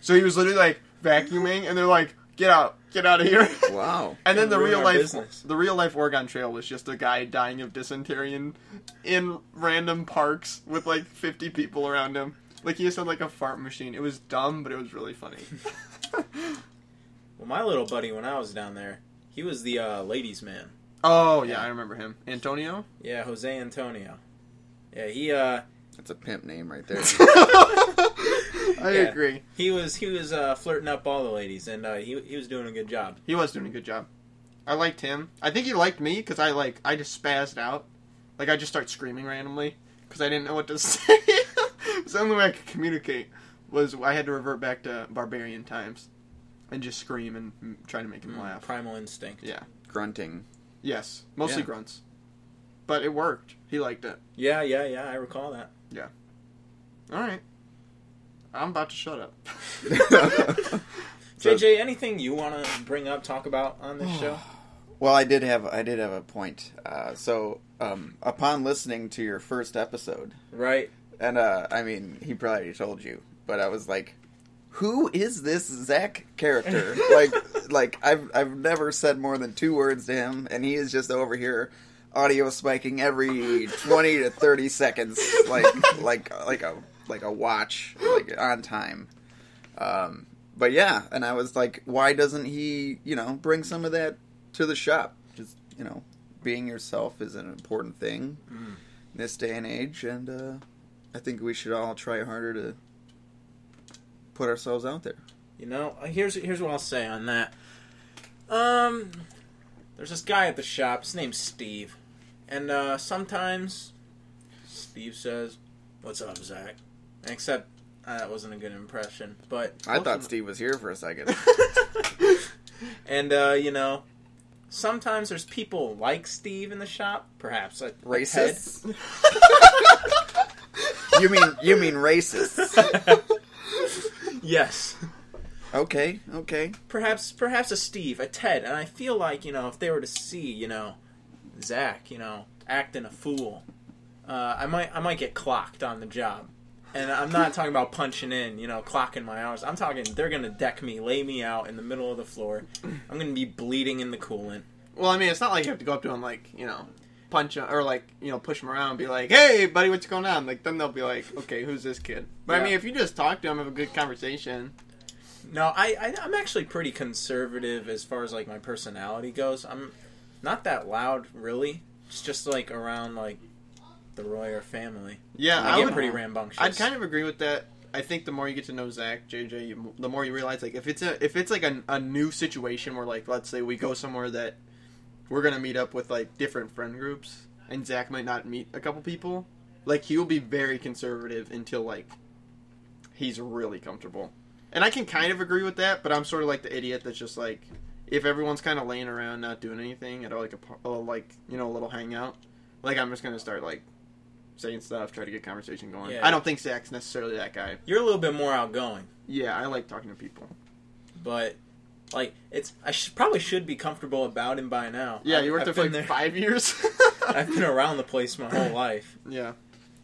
Speaker 1: So he was literally like vacuuming, and they're like, get out, get out of here.
Speaker 3: wow.
Speaker 1: And then the
Speaker 2: Ruin
Speaker 1: real
Speaker 2: our
Speaker 1: life,
Speaker 2: business.
Speaker 1: the real life Oregon Trail was just a guy dying of dysentery in, in random parks with like fifty people around him. Like he just had like a fart machine. It was dumb, but it was really funny.
Speaker 2: Well, my little buddy, when I was down there, he was the uh, ladies' man.
Speaker 1: oh yeah, I remember him, Antonio.
Speaker 2: Yeah, Jose Antonio. Yeah, he uh,
Speaker 3: That's a pimp name right there.
Speaker 1: I
Speaker 2: Yeah.
Speaker 1: agree.
Speaker 2: he was he was uh, flirting up all the ladies, and uh, he he was doing a good job.
Speaker 1: He was doing a good job. I liked him. I think he liked me because I like I just spazzed out, like I just start screaming randomly because I didn't know what to say. It's the only way I could communicate was I had to revert back to barbarian times and just scream and mm, try to make
Speaker 2: Hmm.
Speaker 1: him laugh.
Speaker 2: Primal instinct.
Speaker 1: Yeah.
Speaker 3: Grunting.
Speaker 1: Yes, mostly
Speaker 3: Yeah.
Speaker 1: grunts, but it worked. He liked it.
Speaker 2: Yeah, yeah, yeah. I recall that.
Speaker 1: All right, I'm about to shut up.
Speaker 3: So-
Speaker 2: JJ, anything you want to bring up, talk about on this show?
Speaker 3: Well, I did have I did have a point. Uh, so, um, upon listening to your first episode,
Speaker 2: Right.
Speaker 3: and uh, I mean, he probably told you, but I was like, "Who is this Zach character?" like, like I've I've never said more than two words to him, and he is just over here, audio spiking every twenty to thirty seconds, like like like a like a watch, like on time. Um, but yeah, and I was like, why doesn't he, you know, bring some of that to the shop? Just you know, being yourself is an important thing in this day and age, and uh, I think we should all try harder to put ourselves out there.
Speaker 2: You know, uh, here's here's what I'll say on that. Um, there's this guy at the shop. His name's Steve, and uh, sometimes Steve says, "What's up, Zach?" Except uh, that wasn't a good impression, but
Speaker 3: I
Speaker 1: Awesome.
Speaker 3: thought Steve was here for a second.
Speaker 2: and uh, you know, sometimes there's people like Steve in the shop. Perhaps like like Ted.
Speaker 3: Racists? you mean you mean racists?
Speaker 2: yes.
Speaker 3: Okay, okay.
Speaker 2: perhaps perhaps a Steve, a Ted, and I feel like you know if they were to see you know Zach, you know acting a fool, uh, I might I might get clocked on the job, and I'm not talking about punching in, you know, clocking my hours. I'm talking they're gonna deck me, lay me out in the middle of the floor. I'm gonna be bleeding in the coolant.
Speaker 1: Well, I mean, it's not like you have to go up to him like you know, punch him or like you know, push him around and be like, "Hey, buddy, what's going on?" Like then they'll be like, "Okay, who's this kid?" But I
Speaker 2: Yeah.
Speaker 1: mean, if you just talk to him, have a good conversation.
Speaker 2: No, I, I I'm actually pretty conservative as far as like my personality goes. I'm not that loud really. It's just like around like the Royer family.
Speaker 1: Yeah,
Speaker 2: I,
Speaker 1: I
Speaker 2: get
Speaker 1: would.
Speaker 2: pretty rambunctious.
Speaker 1: I'd kind of agree with that. I think the more you get to know Zach, JJ, you, the more you realize like if it's a if it's like a, a new situation where like let's say we go somewhere that we're gonna meet up with like different friend groups and Zach might not meet a couple people, like he will be very conservative until like he's really comfortable. And I can kind of agree with that, but I'm sort of like the idiot that's just like if everyone's kind of laying around not doing anything at like a, par- a like you know a little hangout, like I'm just gonna start like saying stuff, try to get conversation going.
Speaker 2: Yeah.
Speaker 1: I don't think Zach's necessarily that guy.
Speaker 2: You're a little bit more outgoing,
Speaker 1: Yeah, I like talking to people.
Speaker 2: but like it's I should, probably should be comfortable about him by now.
Speaker 1: Yeah,
Speaker 2: I've-
Speaker 1: you worked
Speaker 2: I've
Speaker 1: there for
Speaker 2: been
Speaker 1: like five years.
Speaker 2: I've been around the place my whole life.
Speaker 1: yeah,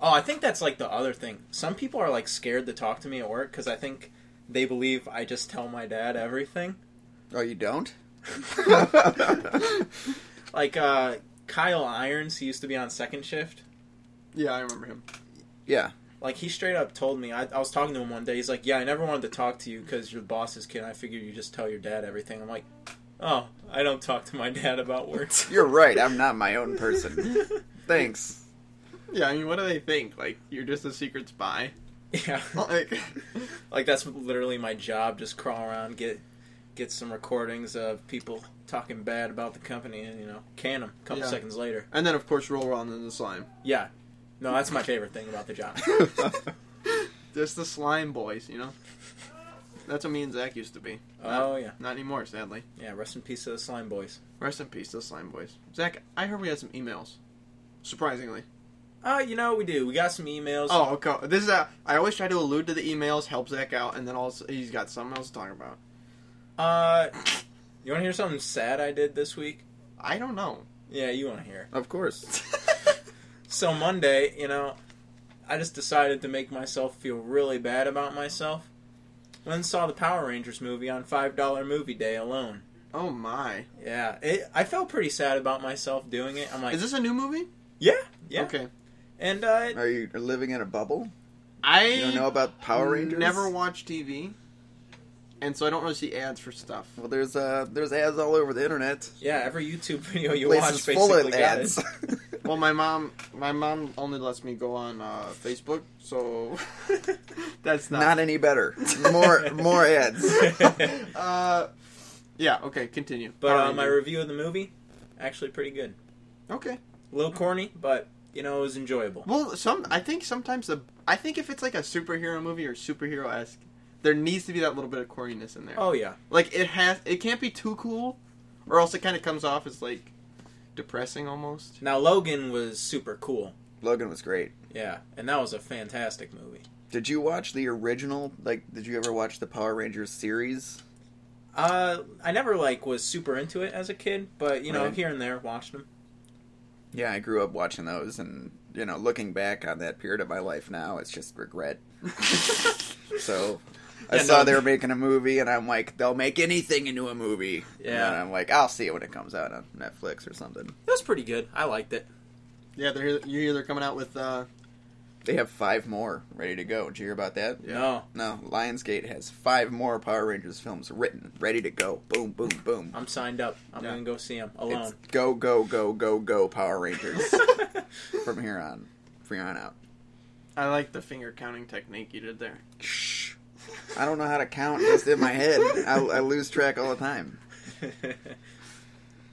Speaker 2: Oh, I think that's like the other thing. Some people are like scared to talk to me at work because I think they believe I just tell my dad everything.
Speaker 3: Oh, you don't?
Speaker 2: Like uh, Kyle Irons, he used to be on second shift.
Speaker 1: Yeah, I remember him.
Speaker 3: yeah.
Speaker 2: Like he straight up told me. I, I was talking to him one day. He's like, "Yeah, I never wanted to talk to you because you're the boss's kid. I figured you just tell your dad everything." I'm like, "Oh, I don't talk to my dad about work."
Speaker 3: You're right. I'm not my own person. Thanks.
Speaker 1: Yeah, I mean, what do they think? Like, you're just a secret spy?
Speaker 2: yeah,
Speaker 1: Like,
Speaker 2: like that's literally my job. Just crawl around, get get some recordings of people talking bad about the company, and you know, can them a couple
Speaker 1: Yeah.
Speaker 2: seconds later.
Speaker 1: and then of course, roll around in the slime.
Speaker 2: Yeah, no, that's my favorite thing about the job.
Speaker 1: Just the slime boys, you know. That's what me and Zach used to be.
Speaker 2: oh yeah,
Speaker 1: Not anymore, sadly.
Speaker 2: yeah. Rest in peace to the slime boys.
Speaker 1: Rest in peace, those slime boys. Zach, I heard we had some emails. Surprisingly.
Speaker 2: Uh, you know we do. We got some emails.
Speaker 1: Oh, okay. This is a, I always try to allude to the emails, help Zach out, and then also he's got something else to talk about.
Speaker 2: Uh, you want to hear something sad I did this week?
Speaker 1: I don't know.
Speaker 2: Yeah, you want to hear.
Speaker 3: Of course.
Speaker 2: So Monday, you know, I just decided to make myself feel really bad about myself. Went and saw the Power Rangers movie on five dollar movie day alone.
Speaker 1: oh my!
Speaker 2: Yeah, it, I felt pretty sad about myself doing it. I'm like,
Speaker 1: Is this a new movie?
Speaker 2: yeah, yeah.
Speaker 1: Okay.
Speaker 2: And uh, it-
Speaker 3: Are you living in a bubble?
Speaker 1: I
Speaker 3: You don't know about Power Rangers?
Speaker 1: Never watch TV, and so I don't really see ads for stuff.
Speaker 3: Well, there's uh, there's ads all over the internet.
Speaker 2: yeah, every YouTube video you
Speaker 3: Place
Speaker 2: watch
Speaker 3: is full
Speaker 2: basically
Speaker 3: of
Speaker 2: got
Speaker 3: ads.
Speaker 2: it.
Speaker 1: Well, my mom, my mom only lets me go on uh, Facebook, so that's not.
Speaker 3: Not any better. More more ads.
Speaker 1: uh, yeah. Okay. Continue.
Speaker 2: But
Speaker 1: Power
Speaker 2: uh, my
Speaker 1: Rangers.
Speaker 2: review of the movie actually pretty good.
Speaker 1: okay.
Speaker 2: A little corny, but you know it was enjoyable.
Speaker 1: Well, some I think sometimes the I think if it's like a superhero movie or superhero esque, there needs to be that little bit of corniness in there.
Speaker 2: Oh yeah,
Speaker 1: Like it has, it can't be too cool, or else it kind of comes off as like depressing almost.
Speaker 2: Now Logan was super cool.
Speaker 3: Logan was great.
Speaker 2: Yeah, and that was a fantastic movie.
Speaker 3: Did you watch the original? Like, did you ever watch the Power Rangers series?
Speaker 2: Uh, I never like was super into it as a kid, but you know
Speaker 3: Right.
Speaker 2: here and there watched them.
Speaker 3: Yeah, I grew up watching those, and you know, looking back on that period of my life now, it's just regret. so, I
Speaker 2: Yeah,
Speaker 3: saw
Speaker 2: no.
Speaker 3: they were making a movie, and I'm like, they'll make anything into a movie.
Speaker 2: Yeah.
Speaker 3: and I'm like, I'll see it when it comes out on Netflix or something.
Speaker 2: It was pretty good. I liked it.
Speaker 1: Yeah, they're you hear they're coming out with uh,
Speaker 3: They have five more ready to go. Did you hear about that?
Speaker 2: No,
Speaker 3: No, Lionsgate has five more Power Rangers films written, ready to go. Boom, boom, boom.
Speaker 2: I'm signed up. I'm
Speaker 1: Yeah.
Speaker 2: gonna go see him
Speaker 3: It's
Speaker 2: alone.
Speaker 3: go, go, go, go, go, Power Rangers from here on, from here on out.
Speaker 1: I like the finger counting technique you did there.
Speaker 3: Shh. I don't know how to count just in my head. I, I lose track all the time.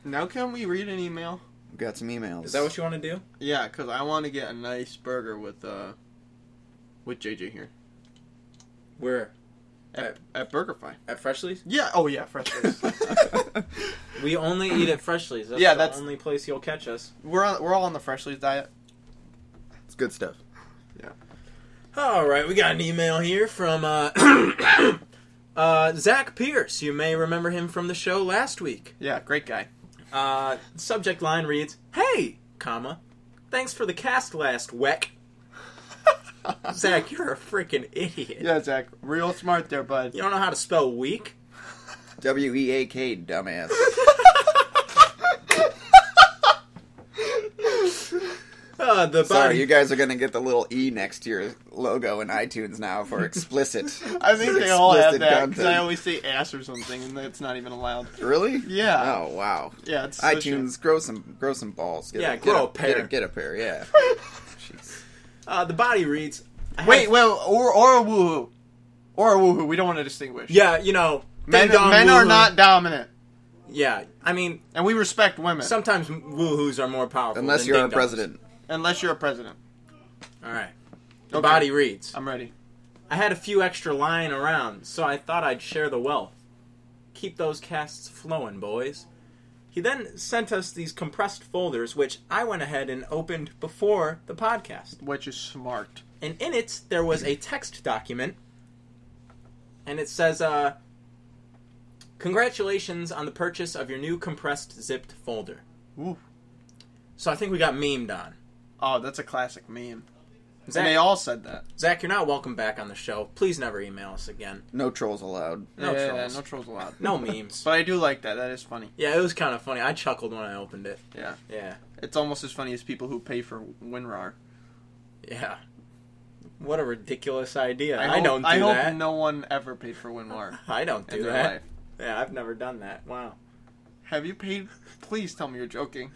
Speaker 1: Now can we read an email?
Speaker 3: We've got some emails.
Speaker 2: Is that what you want to do?
Speaker 1: Yeah, cause I want to get a nice burger with uh, with JJ here
Speaker 2: We're
Speaker 1: at, at BurgerFi.
Speaker 2: at Freshly's.
Speaker 1: Yeah. Oh yeah, fresh. Fries.
Speaker 2: We only eat at Freshly's. That's
Speaker 1: Yeah,
Speaker 2: the
Speaker 1: that's-
Speaker 2: only place you'll catch us.
Speaker 1: we're on, we're all on the Freshly's diet.
Speaker 3: it's good stuff.
Speaker 2: All right, we got an email here from uh, uh, Zach Pierce. You may remember him from the show last week.
Speaker 1: Yeah, great guy.
Speaker 2: Uh, subject line reads, "Hey, comma, thanks for the cast last week." Zach, you're a freaking idiot.
Speaker 1: Yeah, Zach, real smart there, bud.
Speaker 2: You don't know how to spell week.
Speaker 3: W E A K, dumbass.
Speaker 2: Uh, the
Speaker 3: Sorry,
Speaker 2: body.
Speaker 3: you guys are going to get the little E next to your logo in iTunes now for explicit.
Speaker 1: I think they all have
Speaker 3: Explicit
Speaker 1: that because I
Speaker 3: content.
Speaker 1: always say ass or something, and that's not even allowed.
Speaker 3: Really?
Speaker 1: Yeah.
Speaker 3: Oh, wow.
Speaker 1: Yeah, it's so
Speaker 3: iTunes, grow some grow some balls. Get
Speaker 2: Yeah,
Speaker 3: a,
Speaker 2: grow a
Speaker 3: get a,
Speaker 2: pair.
Speaker 3: Get a, get a pair, yeah.
Speaker 2: uh, the body reads. I
Speaker 1: shit. Wait,
Speaker 2: have-
Speaker 1: well, or or a woohoo, or a woohoo. We don't want to distinguish.
Speaker 2: Yeah, you know,
Speaker 1: men,
Speaker 2: ding dong
Speaker 1: men are
Speaker 2: woohoo.
Speaker 1: not dominant,
Speaker 2: Yeah, I mean,
Speaker 1: and we respect women
Speaker 2: sometimes woohoos are more powerful.
Speaker 3: Unless
Speaker 2: than
Speaker 3: you're our
Speaker 2: ding-dongs.
Speaker 3: president.
Speaker 1: unless you're a president.
Speaker 2: All right. The
Speaker 1: Okay.
Speaker 2: body reads.
Speaker 1: I'm ready.
Speaker 2: I had a few extra lying around, so I thought I'd share the wealth. Keep those casts flowing, boys. He then sent us these compressed folders, which I went ahead and opened before the podcast.
Speaker 1: Which is smart.
Speaker 2: And in it, there was a text document, and it says, uh, Congratulations on the purchase of your new compressed zipped folder.
Speaker 1: Ooh.
Speaker 2: So I think we got memed on.
Speaker 1: Oh, that's a classic meme. and they
Speaker 2: Zach,
Speaker 1: all said that.
Speaker 2: Zach, you're not welcome back on the show. Please never email us again.
Speaker 3: No trolls allowed.
Speaker 2: No
Speaker 1: Yeah,
Speaker 2: trolls.
Speaker 1: no trolls allowed.
Speaker 2: No memes.
Speaker 1: But I do like that. That is funny.
Speaker 2: yeah, it was kind of funny. I chuckled when I opened it.
Speaker 1: Yeah,
Speaker 2: Yeah,
Speaker 1: it's almost as funny as people who pay for WinRAR.
Speaker 2: yeah. What a ridiculous idea. I,
Speaker 1: hope-
Speaker 2: don't do
Speaker 1: I hope
Speaker 2: that.
Speaker 1: no one ever paid for WinRAR
Speaker 2: I don't
Speaker 1: in
Speaker 2: do
Speaker 1: their
Speaker 2: that.
Speaker 1: life.
Speaker 2: Yeah, I've never done that. Wow.
Speaker 1: Have you paid? Please tell me you're joking.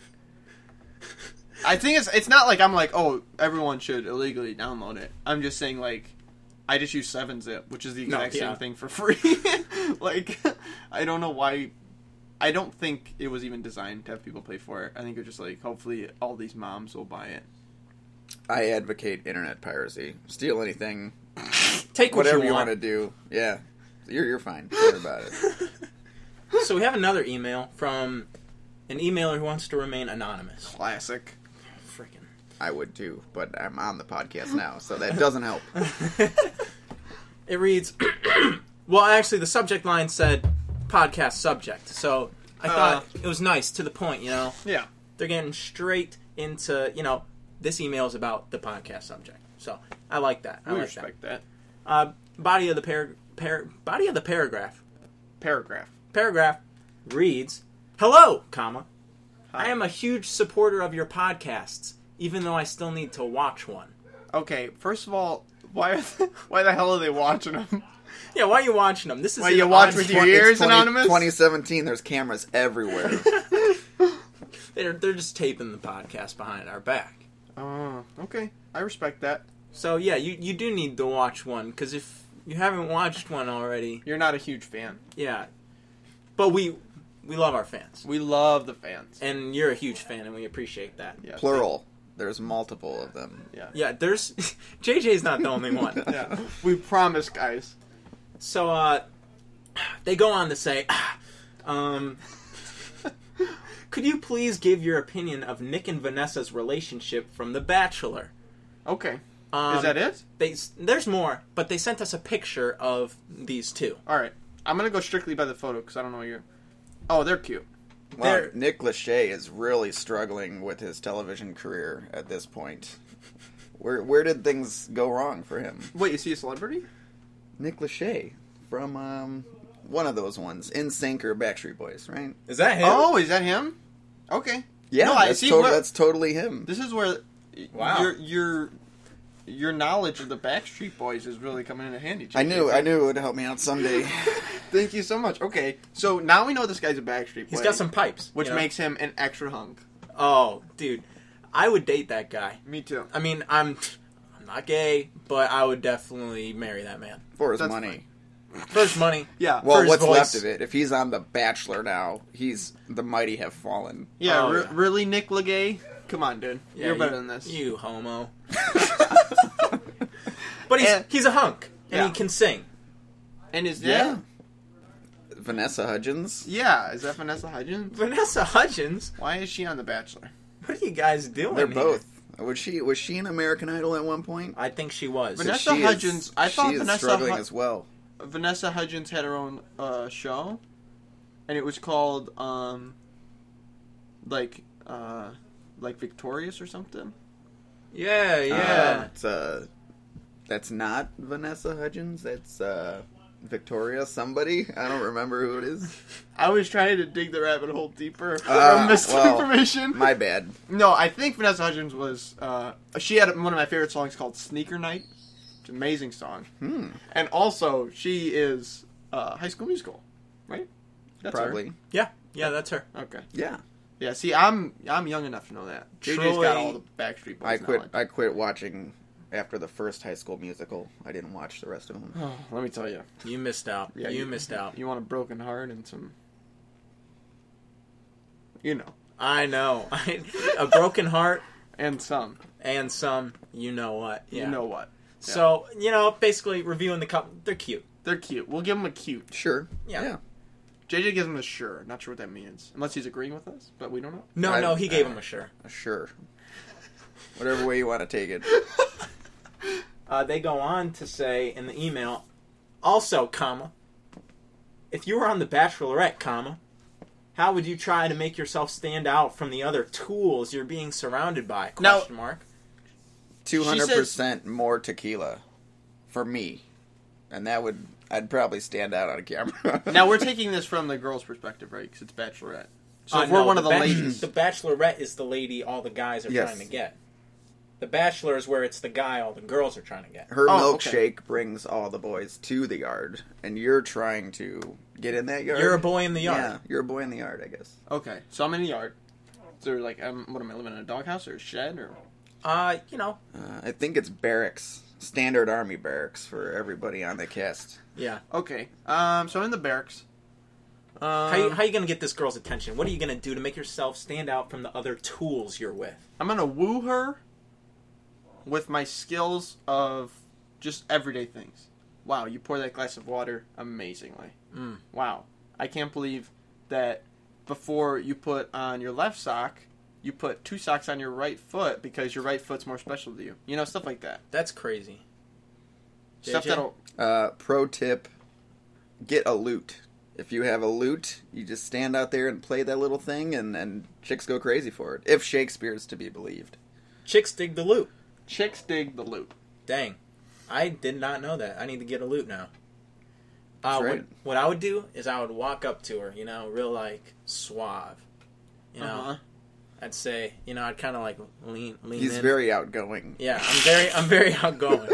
Speaker 1: I think it's it's not like I'm like oh everyone should illegally download it. I'm just saying like I just use Seven Zip, which is the
Speaker 2: No,
Speaker 1: exact
Speaker 2: yeah.
Speaker 1: same thing for free. like I don't know why. I don't think it was even designed to have people pay for it. I think it's just like hopefully all these moms will buy it.
Speaker 3: I advocate internet piracy. Steal anything,
Speaker 2: Take
Speaker 3: whatever
Speaker 2: what
Speaker 3: you
Speaker 2: you
Speaker 3: want to do. Yeah, you're you're fine. Don't worry about it.
Speaker 2: so we have another email from an emailer who wants to remain anonymous.
Speaker 1: Classic.
Speaker 2: Freaking.
Speaker 3: I would too, but I'm on the podcast now, so that doesn't help.
Speaker 2: it reads Well, actually the subject line said podcast subject. So
Speaker 1: Uh.
Speaker 2: I thought it was nice to the point, you know.
Speaker 1: Yeah.
Speaker 2: They're getting straight into, you know, this email is about the podcast subject. So I like that. I
Speaker 1: We
Speaker 2: like
Speaker 1: respect that.
Speaker 2: that. Uh, body of the par- par- body of the paragraph
Speaker 1: Paragraph.
Speaker 2: paragraph reads hello comma i am a huge supporter of your podcasts even though i still need to watch one
Speaker 1: Okay, first of all, why are they, why the hell are they watching them?
Speaker 2: yeah why are you watching them this is
Speaker 1: Why
Speaker 2: an
Speaker 1: you watch
Speaker 2: odd-
Speaker 1: with
Speaker 3: Twen-
Speaker 1: your ears,
Speaker 3: it's 20
Speaker 1: Anonymous?
Speaker 3: 2017. There's cameras everywhere.
Speaker 2: they're, they're just taping the podcast behind our back
Speaker 1: Oh, okay. I respect that.
Speaker 2: so yeah you, you do need to watch one because if you haven't watched one already
Speaker 1: You're not a huge fan.
Speaker 2: yeah but we we love our fans
Speaker 1: We love the fans.
Speaker 2: and you're a huge fan and we appreciate that
Speaker 1: Yeah,
Speaker 3: Plural. There's multiple of them.
Speaker 1: Yeah.
Speaker 2: yeah there's jj's not the only one
Speaker 1: Yeah. We promise, guys.
Speaker 2: So uh, they go on to say, "Ah, um, could you please give your opinion of Nick and Vanessa's relationship from The Bachelor?
Speaker 1: Okay.
Speaker 2: Um,
Speaker 1: Is that it?
Speaker 2: They, s- there's more, but they sent us a picture of these two.
Speaker 1: All right. I'm going to go strictly by the photo because I don't know what you're. Oh, they're cute.
Speaker 3: Wow,
Speaker 2: There-
Speaker 3: Nick Lachey is really struggling with his television career at this point. Where where did things go wrong for him?
Speaker 1: Wait, you see a celebrity?
Speaker 3: Nick Lachey from um, one of those ones, In Sync or Backstreet Boys, right?
Speaker 2: Is that him?
Speaker 1: Oh, is that him? Okay.
Speaker 3: Yeah,
Speaker 1: No, I
Speaker 3: that's,
Speaker 1: see
Speaker 3: to-
Speaker 1: where-
Speaker 3: that's totally him.
Speaker 1: This is where
Speaker 2: Wow.
Speaker 1: your your your knowledge of the Backstreet Boys is really coming in handy.
Speaker 3: I
Speaker 1: JJ.
Speaker 3: knew I knew it would help me out someday.
Speaker 1: Thank you so much. Okay, so now we know this guy's a Backstreet Boy.
Speaker 2: He's got some pipes,
Speaker 1: which
Speaker 2: you know?
Speaker 1: makes him an extra hunk.
Speaker 2: oh, dude, I would date that guy.
Speaker 1: Me too.
Speaker 2: I mean, I'm I'm not gay, but I would definitely marry that man
Speaker 3: for his
Speaker 1: That's
Speaker 3: money.
Speaker 1: fine.
Speaker 2: First, money.
Speaker 1: Yeah.
Speaker 3: Well,
Speaker 2: First
Speaker 3: what's
Speaker 2: voice.
Speaker 3: left of it? If he's on The Bachelor now, he's the mighty have fallen.
Speaker 1: Yeah,
Speaker 2: Oh,
Speaker 1: re-
Speaker 2: yeah.
Speaker 1: really, Nick Legay? Come on, dude.
Speaker 2: Yeah,
Speaker 1: You're better
Speaker 2: you-
Speaker 1: than this.
Speaker 2: You homo. But he's
Speaker 1: And-
Speaker 2: he's a hunk, and
Speaker 1: Yeah.
Speaker 2: he can sing.
Speaker 1: and is that?
Speaker 3: Vanessa Hudgens.
Speaker 1: Yeah. is that Vanessa Hudgens?
Speaker 2: Vanessa Hudgens,
Speaker 1: Why is she on The Bachelor?
Speaker 2: what are you guys doing?
Speaker 3: They're
Speaker 2: here?
Speaker 3: both. Was she was she an American Idol at one point?
Speaker 2: I think she was.
Speaker 1: Vanessa-
Speaker 3: she is-
Speaker 1: Hudgens- I thought
Speaker 3: she is
Speaker 1: Vanessa
Speaker 3: struggling
Speaker 1: Hud-
Speaker 3: as well.
Speaker 1: Vanessa Hudgens had her own uh, show, and it was called um, like uh, like Victorious or something.
Speaker 2: yeah,
Speaker 3: Uh,
Speaker 2: yeah.
Speaker 3: it's, uh, that's not Vanessa Hudgens. That's uh, Victoria somebody. I don't remember who it is.
Speaker 1: I was trying to dig the rabbit hole deeper from
Speaker 3: Ah,
Speaker 1: misinformation.
Speaker 3: My bad.
Speaker 1: No, I think Vanessa Hudgens was. Uh, she had one of my favorite songs called "Sneaker Night." It's an amazing song.
Speaker 3: Hmm.
Speaker 1: And also, she is uh, High School Musical, right? That's her.
Speaker 3: probably.
Speaker 2: yeah, yeah, that's her.
Speaker 1: Okay.
Speaker 3: Yeah.
Speaker 1: Yeah. See, I'm I'm young enough to know that. JJ's
Speaker 2: Troy-
Speaker 1: got all the Backstreet Boys.
Speaker 3: I quit.
Speaker 1: knowledge.
Speaker 3: I quit watching after the first High School Musical. I didn't watch the rest of them.
Speaker 1: Oh, let me tell you.
Speaker 2: You missed out.
Speaker 1: Yeah,
Speaker 2: you,
Speaker 1: you-
Speaker 2: missed out.
Speaker 1: You want a broken heart and some. You know,
Speaker 2: I know. a broken heart
Speaker 1: and some.
Speaker 2: and some. You know what? Yeah.
Speaker 1: You know what?
Speaker 2: So you know, basically reviewing the couple. They're cute.
Speaker 1: They're cute. We'll give them a cute.
Speaker 3: Sure.
Speaker 2: Yeah.
Speaker 1: JJ gives them a sure. Not sure what that means, unless he's agreeing with us. But we don't know.
Speaker 2: No,
Speaker 3: I-
Speaker 2: no, he gave him a sure.
Speaker 3: Sure. Whatever way you want to take it.
Speaker 2: uh, they go on to say in the email, also, comma, if you were on The Bachelorette, comma, how would you try to make yourself stand out from the other tools you're being surrounded by?
Speaker 1: Now-
Speaker 2: Question mark.
Speaker 3: two hundred percent more tequila for me, and that would I'd probably stand out on camera.
Speaker 1: Now we're taking this from the girl's perspective, right? Because it's Bachelorette. So
Speaker 2: Uh,
Speaker 1: if we're
Speaker 2: no,
Speaker 1: one of the
Speaker 2: bach-
Speaker 1: ladies,
Speaker 2: The Bachelorette is the lady all the guys are
Speaker 3: Yes.
Speaker 2: trying to get. The Bachelor is where it's the guy all the girls are trying to get.
Speaker 3: her
Speaker 1: Oh,
Speaker 3: milkshake
Speaker 1: okay.
Speaker 3: brings all the boys to the yard, and you're trying to get in that yard.
Speaker 2: You're a boy in the yard.
Speaker 3: Yeah, you're a boy in the yard, I guess.
Speaker 1: okay. So I'm in the yard. So like, um, what am I living in a doghouse or a shed or?
Speaker 2: Uh, you know,
Speaker 3: Uh, I think it's barracks, standard army barracks for everybody on the cast.
Speaker 2: yeah.
Speaker 1: Okay. Um. So I'm in the barracks. Um,
Speaker 2: How you, how you gonna get this girl's attention? What are you gonna do to make yourself stand out from the other tools you're with?
Speaker 1: I'm gonna woo her with my skills of just everyday things. Wow, you pour that glass of water amazingly.
Speaker 2: Mm.
Speaker 1: Wow, I can't believe that before you put on your left sock, you put two socks on your right foot because your right foot's more special to you. You know, stuff like that.
Speaker 2: That's crazy.
Speaker 1: Stuff
Speaker 2: JJ?
Speaker 1: that'll
Speaker 3: Uh, pro tip: get a lute. If you have a lute, you just stand out there and play that little thing, and and chicks go crazy for it. If Shakespeare's to be believed,
Speaker 2: Chicks dig the loot.
Speaker 1: chicks dig the loot.
Speaker 2: Dang, I did not know that. I need to get a loot now. Uh,
Speaker 3: That's right.
Speaker 2: what, what I would do is I would walk up to her, you know, real like suave. You know,
Speaker 1: Uh-huh.
Speaker 2: I'd say, you know, I'd kind of like lean, lean.
Speaker 3: he's
Speaker 2: in.
Speaker 3: very outgoing.
Speaker 2: Yeah, I'm very, I'm very outgoing.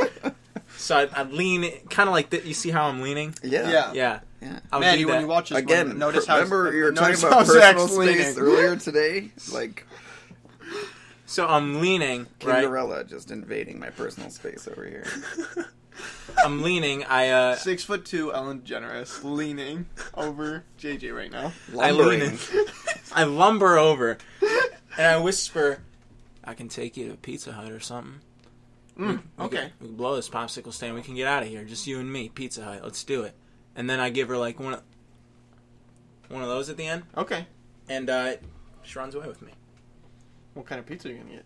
Speaker 2: so I'd, I'd lean, kind of like that. You see how I'm leaning?
Speaker 3: Yeah,
Speaker 1: Yeah.
Speaker 2: Yeah,
Speaker 3: yeah.
Speaker 2: I would
Speaker 1: Maddie,
Speaker 2: do
Speaker 1: when
Speaker 2: that.
Speaker 1: you watch this, one,
Speaker 3: Again,
Speaker 1: notice how
Speaker 3: remember you were talking
Speaker 1: notice
Speaker 3: about
Speaker 1: how Zach's
Speaker 3: personal space
Speaker 1: leaning.
Speaker 3: earlier today, like
Speaker 2: So I'm leaning, right?
Speaker 3: Cinderella just invading my personal space over here.
Speaker 2: I'm leaning. I uh,
Speaker 1: Six foot two, Ellen DeGeneres leaning over JJ right now.
Speaker 2: I lean
Speaker 3: Lumbering.
Speaker 2: in.
Speaker 1: Mm,
Speaker 2: I lumber over and I whisper, I can take you to Pizza Hut or something.
Speaker 1: Mm,
Speaker 2: We
Speaker 1: okay.
Speaker 2: Can, we can blow this popsicle stand. We can get out of here. Just you and me, Pizza Hut. Let's do it. And then I give her like one of, one of those at the end,
Speaker 1: Okay.
Speaker 2: and uh, she runs away with me.
Speaker 1: What kind of pizza are you gonna get?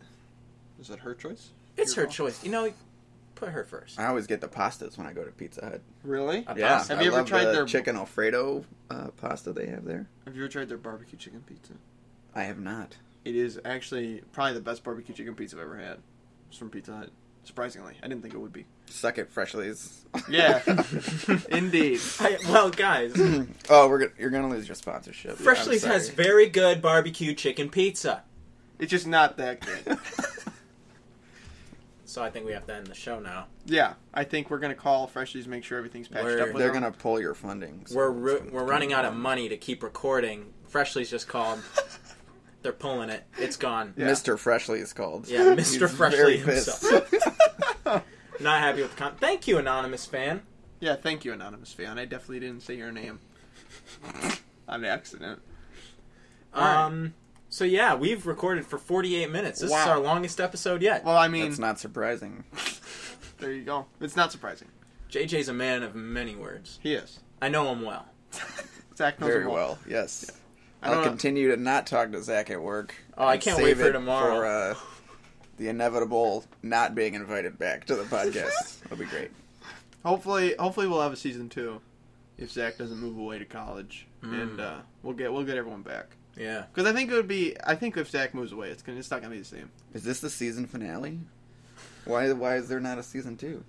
Speaker 1: Is that her choice?
Speaker 2: It's
Speaker 1: Your
Speaker 2: her
Speaker 1: call.
Speaker 2: choice. You know, put her first.
Speaker 3: I always get the pastas when I go to Pizza Hut.
Speaker 1: Really?
Speaker 2: A
Speaker 3: Yeah,
Speaker 2: pasta.
Speaker 1: Have you ever
Speaker 3: love
Speaker 1: tried
Speaker 3: the
Speaker 1: their-
Speaker 3: chicken Alfredo uh, pasta they have there?
Speaker 1: Have you ever tried their barbecue chicken pizza?
Speaker 3: I have not.
Speaker 1: It is actually probably the best barbecue chicken pizza I've ever had. It's from Pizza Hut. Surprisingly, I didn't think it would be.
Speaker 3: Suck it, Freshlies.
Speaker 1: Yeah. Indeed.
Speaker 2: I, well, guys,
Speaker 3: oh, we're gonna, you're gonna lose your sponsorship.
Speaker 2: Freshly's
Speaker 3: I'm
Speaker 2: has
Speaker 3: sorry.
Speaker 2: very good barbecue chicken pizza.
Speaker 1: It's just not that good.
Speaker 2: So I think we have to end the show now.
Speaker 1: yeah, I think we're gonna call Freshies, make sure everything's patched
Speaker 2: We're-
Speaker 1: up. With
Speaker 3: They're
Speaker 1: them.
Speaker 3: gonna pull your funding. so
Speaker 2: We're
Speaker 3: it's
Speaker 2: ru-
Speaker 3: gonna
Speaker 2: we're
Speaker 3: come
Speaker 2: running out of
Speaker 3: down.
Speaker 2: money to keep recording. Freshly's just called. They're pulling it. It's gone.
Speaker 1: Yeah.
Speaker 3: Mr. Freshly is called.
Speaker 2: Yeah, Mr.
Speaker 3: He's
Speaker 2: Freshly
Speaker 3: very pissed.
Speaker 2: Not happy with the con. Thank you, anonymous fan.
Speaker 1: Yeah, thank you, anonymous fan. I definitely didn't say your name on accident. Alright.
Speaker 2: Um. So yeah, we've recorded for 48 minutes. This is
Speaker 1: Wow.
Speaker 2: our longest episode yet.
Speaker 1: Well, I mean,
Speaker 3: That's not surprising.
Speaker 1: there you go. It's not surprising.
Speaker 2: JJ's a man of many words.
Speaker 1: He is.
Speaker 2: I know him well.
Speaker 1: Zach knows
Speaker 3: Very
Speaker 1: him
Speaker 3: well. Yes.
Speaker 1: I
Speaker 3: I'll
Speaker 1: don't know.
Speaker 3: continue to not talk to Zach at work.
Speaker 2: Oh, I
Speaker 3: and
Speaker 2: can't wait
Speaker 3: save
Speaker 2: for
Speaker 3: it
Speaker 2: tomorrow.
Speaker 3: For, uh, the inevitable not being invited back to the podcast. That'll be great.
Speaker 1: Hopefully, hopefully we'll have a season two, if Zach doesn't move away to college, and uh, we'll get we'll get everyone back.
Speaker 2: Yeah.
Speaker 1: Because I think it would be I think if Zach moves away, it's gonna it's not gonna be the same.
Speaker 3: Is this the season finale? Why? Why is there not a season two?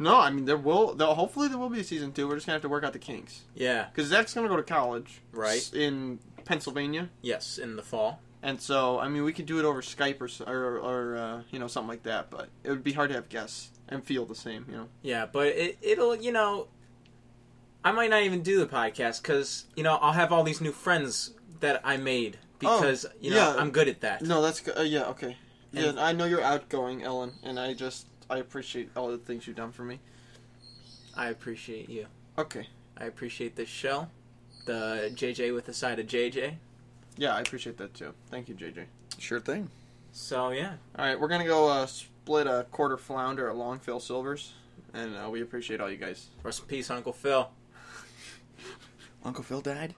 Speaker 1: No, I mean there will there, hopefully there will be a season two. We're just gonna have to work out the kinks.
Speaker 2: Yeah.
Speaker 1: Because Zach's gonna go to college
Speaker 2: Right.
Speaker 1: s- in Pennsylvania,
Speaker 2: Yes. In the fall.
Speaker 1: and so I mean we could do it over Skype or s- or, or uh, you know something like that. But it would be hard to have guests and feel the same. You know.
Speaker 2: Yeah, but it, it'll you know, I might not even do the podcast because you know I'll have all these new friends that I made
Speaker 3: Oh,
Speaker 2: because you know
Speaker 1: yeah.
Speaker 2: I'm good at that.
Speaker 1: No, that's good. Uh, yeah, okay. Yeah,
Speaker 2: And-
Speaker 1: I know you're outgoing, Ellen, and I just I appreciate all the things you've done for me.
Speaker 2: I appreciate you.
Speaker 1: Okay.
Speaker 2: I appreciate this show. The JJ with the side of JJ.
Speaker 1: Yeah, I appreciate that too. Thank you, JJ.
Speaker 3: Sure thing.
Speaker 2: So yeah.
Speaker 1: All right, we're gonna go uh, split a quarter flounder at Long Phil Silvers, and uh, we appreciate all you guys.
Speaker 2: Rest in peace, Uncle Phil.
Speaker 3: Uncle Phil died.